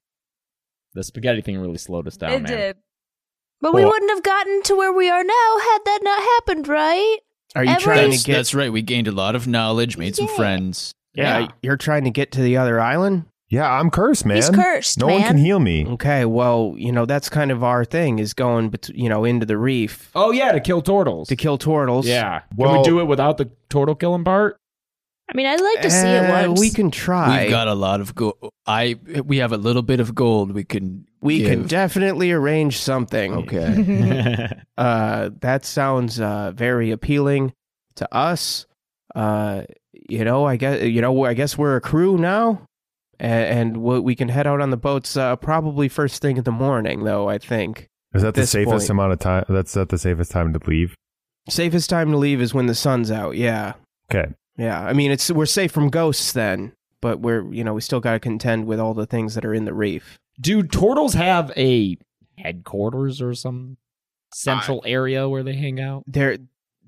[SPEAKER 2] The spaghetti thing really slowed us down.
[SPEAKER 4] it
[SPEAKER 2] man.
[SPEAKER 4] did. <laughs>
[SPEAKER 8] But we
[SPEAKER 7] Well-
[SPEAKER 8] wouldn't have gotten to where we are now had that not happened, right?
[SPEAKER 1] Are you
[SPEAKER 8] Every-
[SPEAKER 1] trying
[SPEAKER 9] That's,
[SPEAKER 1] to get?
[SPEAKER 9] that's right. We gained a lot of knowledge, made some
[SPEAKER 8] Yeah.
[SPEAKER 9] friends.
[SPEAKER 1] yeah,
[SPEAKER 2] Yeah.
[SPEAKER 1] you're trying to get to the other island.
[SPEAKER 7] Yeah, I'm cursed, man.
[SPEAKER 8] He's cursed,
[SPEAKER 7] No
[SPEAKER 8] man.
[SPEAKER 7] one can heal me.
[SPEAKER 1] Okay, well, you know that's kind of our thing is going, bet- you know, into the reef
[SPEAKER 2] Oh, yeah, to kill turtles.
[SPEAKER 1] to kill turtles.
[SPEAKER 2] Yeah. Can
[SPEAKER 7] Well-
[SPEAKER 2] we do it without the turtle killing part? <laughs>
[SPEAKER 8] I mean, I'd like to see it
[SPEAKER 1] Uh,
[SPEAKER 8] once.
[SPEAKER 1] We can try.
[SPEAKER 9] We've got a lot of gold. I we have a little bit of gold. We can.
[SPEAKER 1] We
[SPEAKER 9] give.
[SPEAKER 1] can definitely arrange something. <laughs>
[SPEAKER 9] Okay.
[SPEAKER 1] Uh, that sounds uh, very appealing to us. Uh, you know, I guess you know. I guess we're a crew now, and, and we we can head out on the boats uh, probably first thing in the morning, though. I think
[SPEAKER 7] Is that the
[SPEAKER 1] This
[SPEAKER 7] safest
[SPEAKER 1] point.
[SPEAKER 7] amount of time? That's not the safest time to leave.
[SPEAKER 1] safest time to leave is when the sun's out. Yeah,
[SPEAKER 7] Okay.
[SPEAKER 1] yeah. I mean, it's we're safe from ghosts then, but we're you know we still got to contend with all the things that are in the reef.
[SPEAKER 2] do turtles have a headquarters or some central area where they hang out?
[SPEAKER 1] there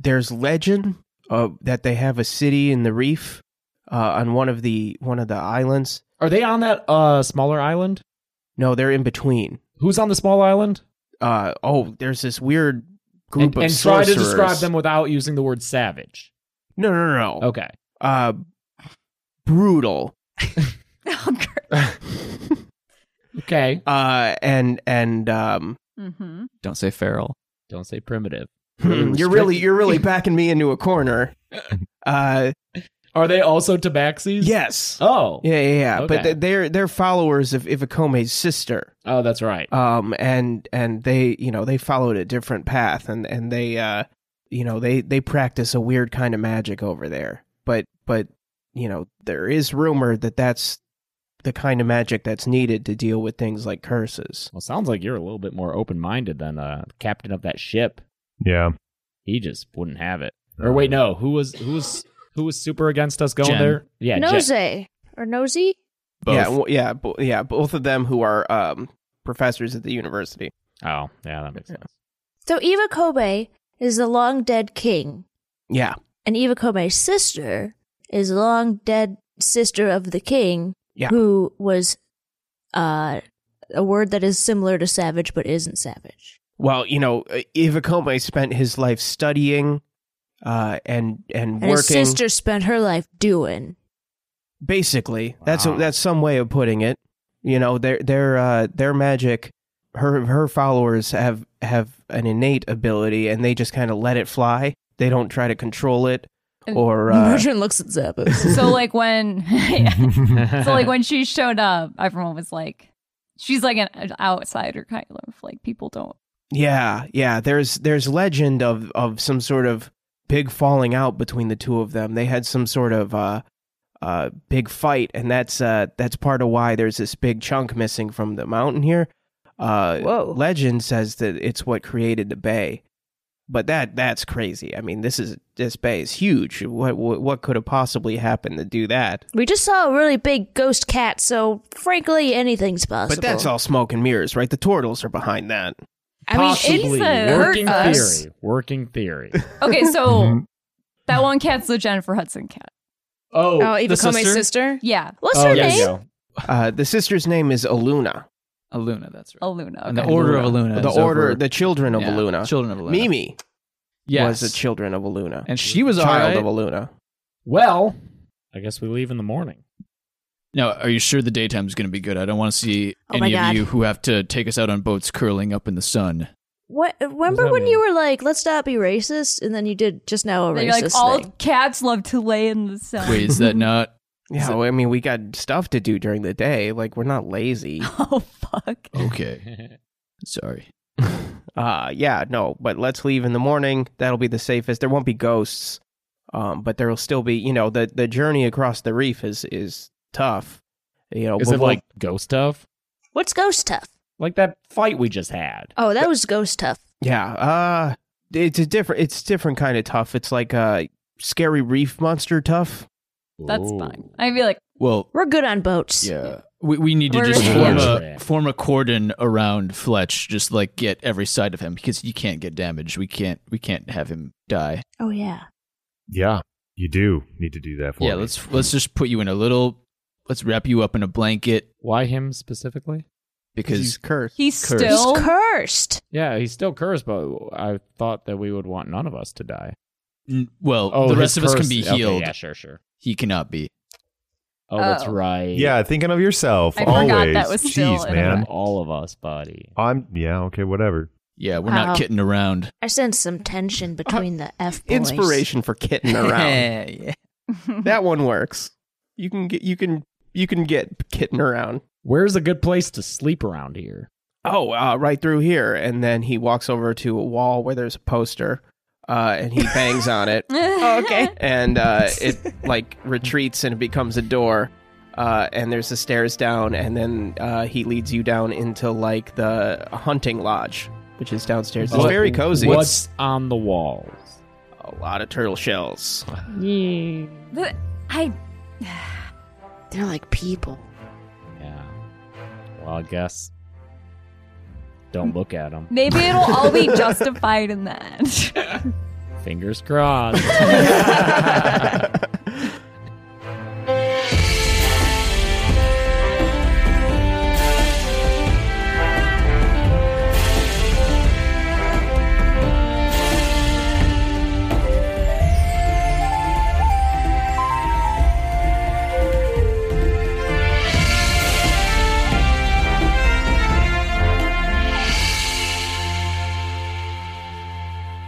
[SPEAKER 1] there's legend uh, that they have a city in the reef uh, on one of the one of the islands.
[SPEAKER 2] Are they on that uh smaller island?
[SPEAKER 1] No, they're in between.
[SPEAKER 2] Who's on the small island?
[SPEAKER 1] Uh, oh, there's this weird group
[SPEAKER 2] and
[SPEAKER 1] of
[SPEAKER 2] and try
[SPEAKER 1] sorcerers.
[SPEAKER 2] to describe them without using the word savage.
[SPEAKER 1] No, no, no, no.
[SPEAKER 2] Okay.
[SPEAKER 1] Uh, brutal.
[SPEAKER 4] Oh,
[SPEAKER 2] Okay.
[SPEAKER 1] Uh, and and um,
[SPEAKER 4] mm-hmm.
[SPEAKER 6] Don't say feral.
[SPEAKER 2] Don't say primitive.
[SPEAKER 1] hmm, you're really you're
[SPEAKER 2] <laughs>
[SPEAKER 1] really backing me into a corner. Uh,
[SPEAKER 2] Are they also tabaxis?
[SPEAKER 1] yes.
[SPEAKER 2] Oh.
[SPEAKER 1] Yeah, yeah, yeah. But
[SPEAKER 2] Okay.
[SPEAKER 1] th- they're they're followers of Ivakome's sister.
[SPEAKER 2] Oh, that's right.
[SPEAKER 1] um and and they you know they followed a different path and and they uh you know they they practice a weird kind of magic over there but but you know there is rumor that that's the kind of magic that's needed to deal with things like curses
[SPEAKER 2] Well, sounds like you're a little bit more open-minded than uh captain of that ship.
[SPEAKER 7] Yeah.
[SPEAKER 2] He just wouldn't have it. Or wait, no. Who was who was who was super against us going
[SPEAKER 9] Jen.
[SPEAKER 2] there? Yeah, Jen.
[SPEAKER 8] Nose or nosy?
[SPEAKER 9] Both.
[SPEAKER 1] yeah well, yeah bo- yeah both of them who are um professors at the university
[SPEAKER 2] Oh, yeah, that makes sense.
[SPEAKER 8] So Eva Kobe is the long dead king,
[SPEAKER 1] yeah
[SPEAKER 8] and Eva Kobe's sister is the long dead sister of the king,
[SPEAKER 1] Yeah.
[SPEAKER 8] who was uh, a word that is similar to savage but isn't savage.
[SPEAKER 1] well you know ivacome spent his life studying uh and and,
[SPEAKER 8] And
[SPEAKER 1] working
[SPEAKER 8] his sister spent her life doing.
[SPEAKER 1] basically that's
[SPEAKER 2] Wow.
[SPEAKER 1] that's some way of putting it you know their their uh their magic her her followers have have an innate ability and they just kind of let it fly they don't try to control it
[SPEAKER 4] And-
[SPEAKER 8] <laughs>
[SPEAKER 1] or uh,
[SPEAKER 8] Merchant looks
[SPEAKER 1] <laughs>
[SPEAKER 8] at Zappos.
[SPEAKER 4] So like when, <laughs>
[SPEAKER 7] no.
[SPEAKER 4] so like when she showed up, everyone was like, She's like an an outsider, kind of like people don't.
[SPEAKER 1] Yeah, yeah. There's there's legend of of some sort of big falling out between the two of them. They had some sort of uh uh big fight, and that's uh that's part of why there's this big chunk missing from the mountain here. Uh,
[SPEAKER 5] Whoa.
[SPEAKER 1] Legend says that it's what created the bay, but that that's crazy. I mean, this is this bay is huge. What what, what could have possibly happened to do that?
[SPEAKER 8] We just saw a really big ghost cat, so frankly, anything's possible.
[SPEAKER 1] But that's all smoke and mirrors, right? The turtles are behind that.
[SPEAKER 3] I mean,
[SPEAKER 2] Possibly.
[SPEAKER 4] it's, uh,
[SPEAKER 2] working
[SPEAKER 4] hurt us.
[SPEAKER 2] theory. Working theory.
[SPEAKER 4] Okay, so
[SPEAKER 7] Mhm.
[SPEAKER 4] that one cat's the Jennifer Hudson cat.
[SPEAKER 2] Oh,
[SPEAKER 5] Oh, even
[SPEAKER 6] the
[SPEAKER 5] call my
[SPEAKER 6] sister?
[SPEAKER 5] sister?
[SPEAKER 4] Yeah,
[SPEAKER 8] What's
[SPEAKER 2] oh,
[SPEAKER 8] her
[SPEAKER 2] there you
[SPEAKER 8] name?
[SPEAKER 2] go.
[SPEAKER 1] Uh, the sister's name is Aluna.
[SPEAKER 6] Aluna, that's right.
[SPEAKER 4] Aluna.
[SPEAKER 6] And the
[SPEAKER 4] Oh, okay.
[SPEAKER 6] Order of Aluna.
[SPEAKER 1] the
[SPEAKER 6] is
[SPEAKER 1] order,
[SPEAKER 6] over-
[SPEAKER 1] the children of
[SPEAKER 6] Yeah,
[SPEAKER 1] Aluna.
[SPEAKER 6] Children of Aluna.
[SPEAKER 1] Mimi
[SPEAKER 6] yes.
[SPEAKER 1] was the children of Aluna,
[SPEAKER 6] And she was
[SPEAKER 1] child
[SPEAKER 6] alright.
[SPEAKER 1] of Aluna.
[SPEAKER 2] Well, I guess we leave in the morning.
[SPEAKER 9] Now, are you sure the daytime's going to be good? I don't want to see
[SPEAKER 8] Oh my
[SPEAKER 9] any of
[SPEAKER 8] God.
[SPEAKER 9] you who have to take us out on boats curling up in the sun.
[SPEAKER 8] What, remember
[SPEAKER 2] that
[SPEAKER 8] when
[SPEAKER 2] mean?
[SPEAKER 8] you were like, "Let's not be racist," and then you did just now a
[SPEAKER 4] They're
[SPEAKER 8] racist
[SPEAKER 4] like all
[SPEAKER 8] thing.
[SPEAKER 4] cats love to lay in the sun.
[SPEAKER 9] Wait, is that not?
[SPEAKER 1] Yeah, well, I mean, we got stuff to do during the day. Like, we're not
[SPEAKER 6] <laughs>
[SPEAKER 1] lazy.
[SPEAKER 4] <laughs> Oh fuck.
[SPEAKER 9] Okay. Sorry.
[SPEAKER 1] uh, yeah, no, but let's leave in the morning. That'll be the safest. There won't be ghosts, um, but there will still be, you know, the, the journey across the reef is, is tough. You know,
[SPEAKER 2] Is
[SPEAKER 1] but
[SPEAKER 2] it
[SPEAKER 1] we'll-
[SPEAKER 2] like ghost tough?
[SPEAKER 8] What's ghost tough?
[SPEAKER 2] Like that fight we just had.
[SPEAKER 8] Oh, that was ghost tough.
[SPEAKER 1] yeah, uh, it's a different, it's different kind of tough. It's like a scary reef monster tough.
[SPEAKER 4] That's
[SPEAKER 2] Ooh.
[SPEAKER 4] fine. I'd be like, <laughs>
[SPEAKER 9] Well,
[SPEAKER 8] We're good on boats.
[SPEAKER 9] yeah. We, we need to
[SPEAKER 4] We're-
[SPEAKER 9] just form a,
[SPEAKER 2] Yeah.
[SPEAKER 9] form a cordon around Fletch, just like get every side of him because you can't get damaged. We can't we can't have him die.
[SPEAKER 8] Oh yeah.
[SPEAKER 7] Yeah, you do need to do that for
[SPEAKER 9] yeah,
[SPEAKER 7] me.
[SPEAKER 9] let's let's just put you in a little let's wrap you up in a blanket
[SPEAKER 2] Why him specifically?
[SPEAKER 9] because
[SPEAKER 1] He's cursed.
[SPEAKER 4] he's
[SPEAKER 9] Cursed.
[SPEAKER 4] still
[SPEAKER 8] He's cursed.
[SPEAKER 2] Yeah, he's still cursed, but I thought that we would want none of us to die.
[SPEAKER 9] n- well, the
[SPEAKER 2] Oh, his
[SPEAKER 9] rest of us can
[SPEAKER 2] curse-
[SPEAKER 9] be
[SPEAKER 2] okay,
[SPEAKER 9] healed.
[SPEAKER 2] yeah, sure, sure.
[SPEAKER 9] He cannot be.
[SPEAKER 2] Oh, that's
[SPEAKER 4] Oh.
[SPEAKER 2] right.
[SPEAKER 7] Yeah, thinking of yourself
[SPEAKER 4] I
[SPEAKER 7] always.
[SPEAKER 4] forgot that was still
[SPEAKER 7] Jeez,
[SPEAKER 4] in
[SPEAKER 7] man.
[SPEAKER 4] effect.
[SPEAKER 2] all of us, buddy.
[SPEAKER 7] I'm yeah, okay, whatever.
[SPEAKER 9] Yeah, we're
[SPEAKER 8] Wow.
[SPEAKER 9] not kidding around.
[SPEAKER 8] I sense some tension between the F boys.
[SPEAKER 1] Inspiration for kitten around.
[SPEAKER 6] yeah.
[SPEAKER 1] that one works. You can get, you can, you can get kitten around.
[SPEAKER 2] Where's a good place to sleep around here?
[SPEAKER 1] oh uh, right through here and then he walks over to a wall where there's a poster uh, and he bangs on it
[SPEAKER 5] okay.
[SPEAKER 1] and uh, it like retreats and it becomes a door uh, and there's the stairs down and then uh, he leads you down into like the hunting lodge which is downstairs it's
[SPEAKER 2] What-
[SPEAKER 1] very cozy
[SPEAKER 2] What's on the walls?
[SPEAKER 1] a lot of turtle shells
[SPEAKER 4] The- I
[SPEAKER 5] They're like people.
[SPEAKER 2] Yeah. Well, I guess don't look at them.
[SPEAKER 4] maybe it'll all be justified in that. <laughs>
[SPEAKER 2] Fingers crossed.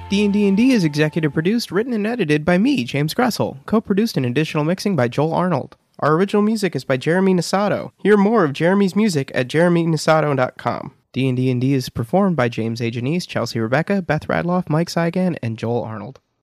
[SPEAKER 1] D&D and D is executive produced, written and edited by me, James Gressel. Co-produced and additional mixing by Joel Arnold. Our original music is by Jeremy Nisato. Hear more of Jeremy's music at jeremynisato.com. D&D and D is performed by James A. Janice, Chelsea Rebecca, Beth Radloff, Mike Saigan, and Joel Arnold.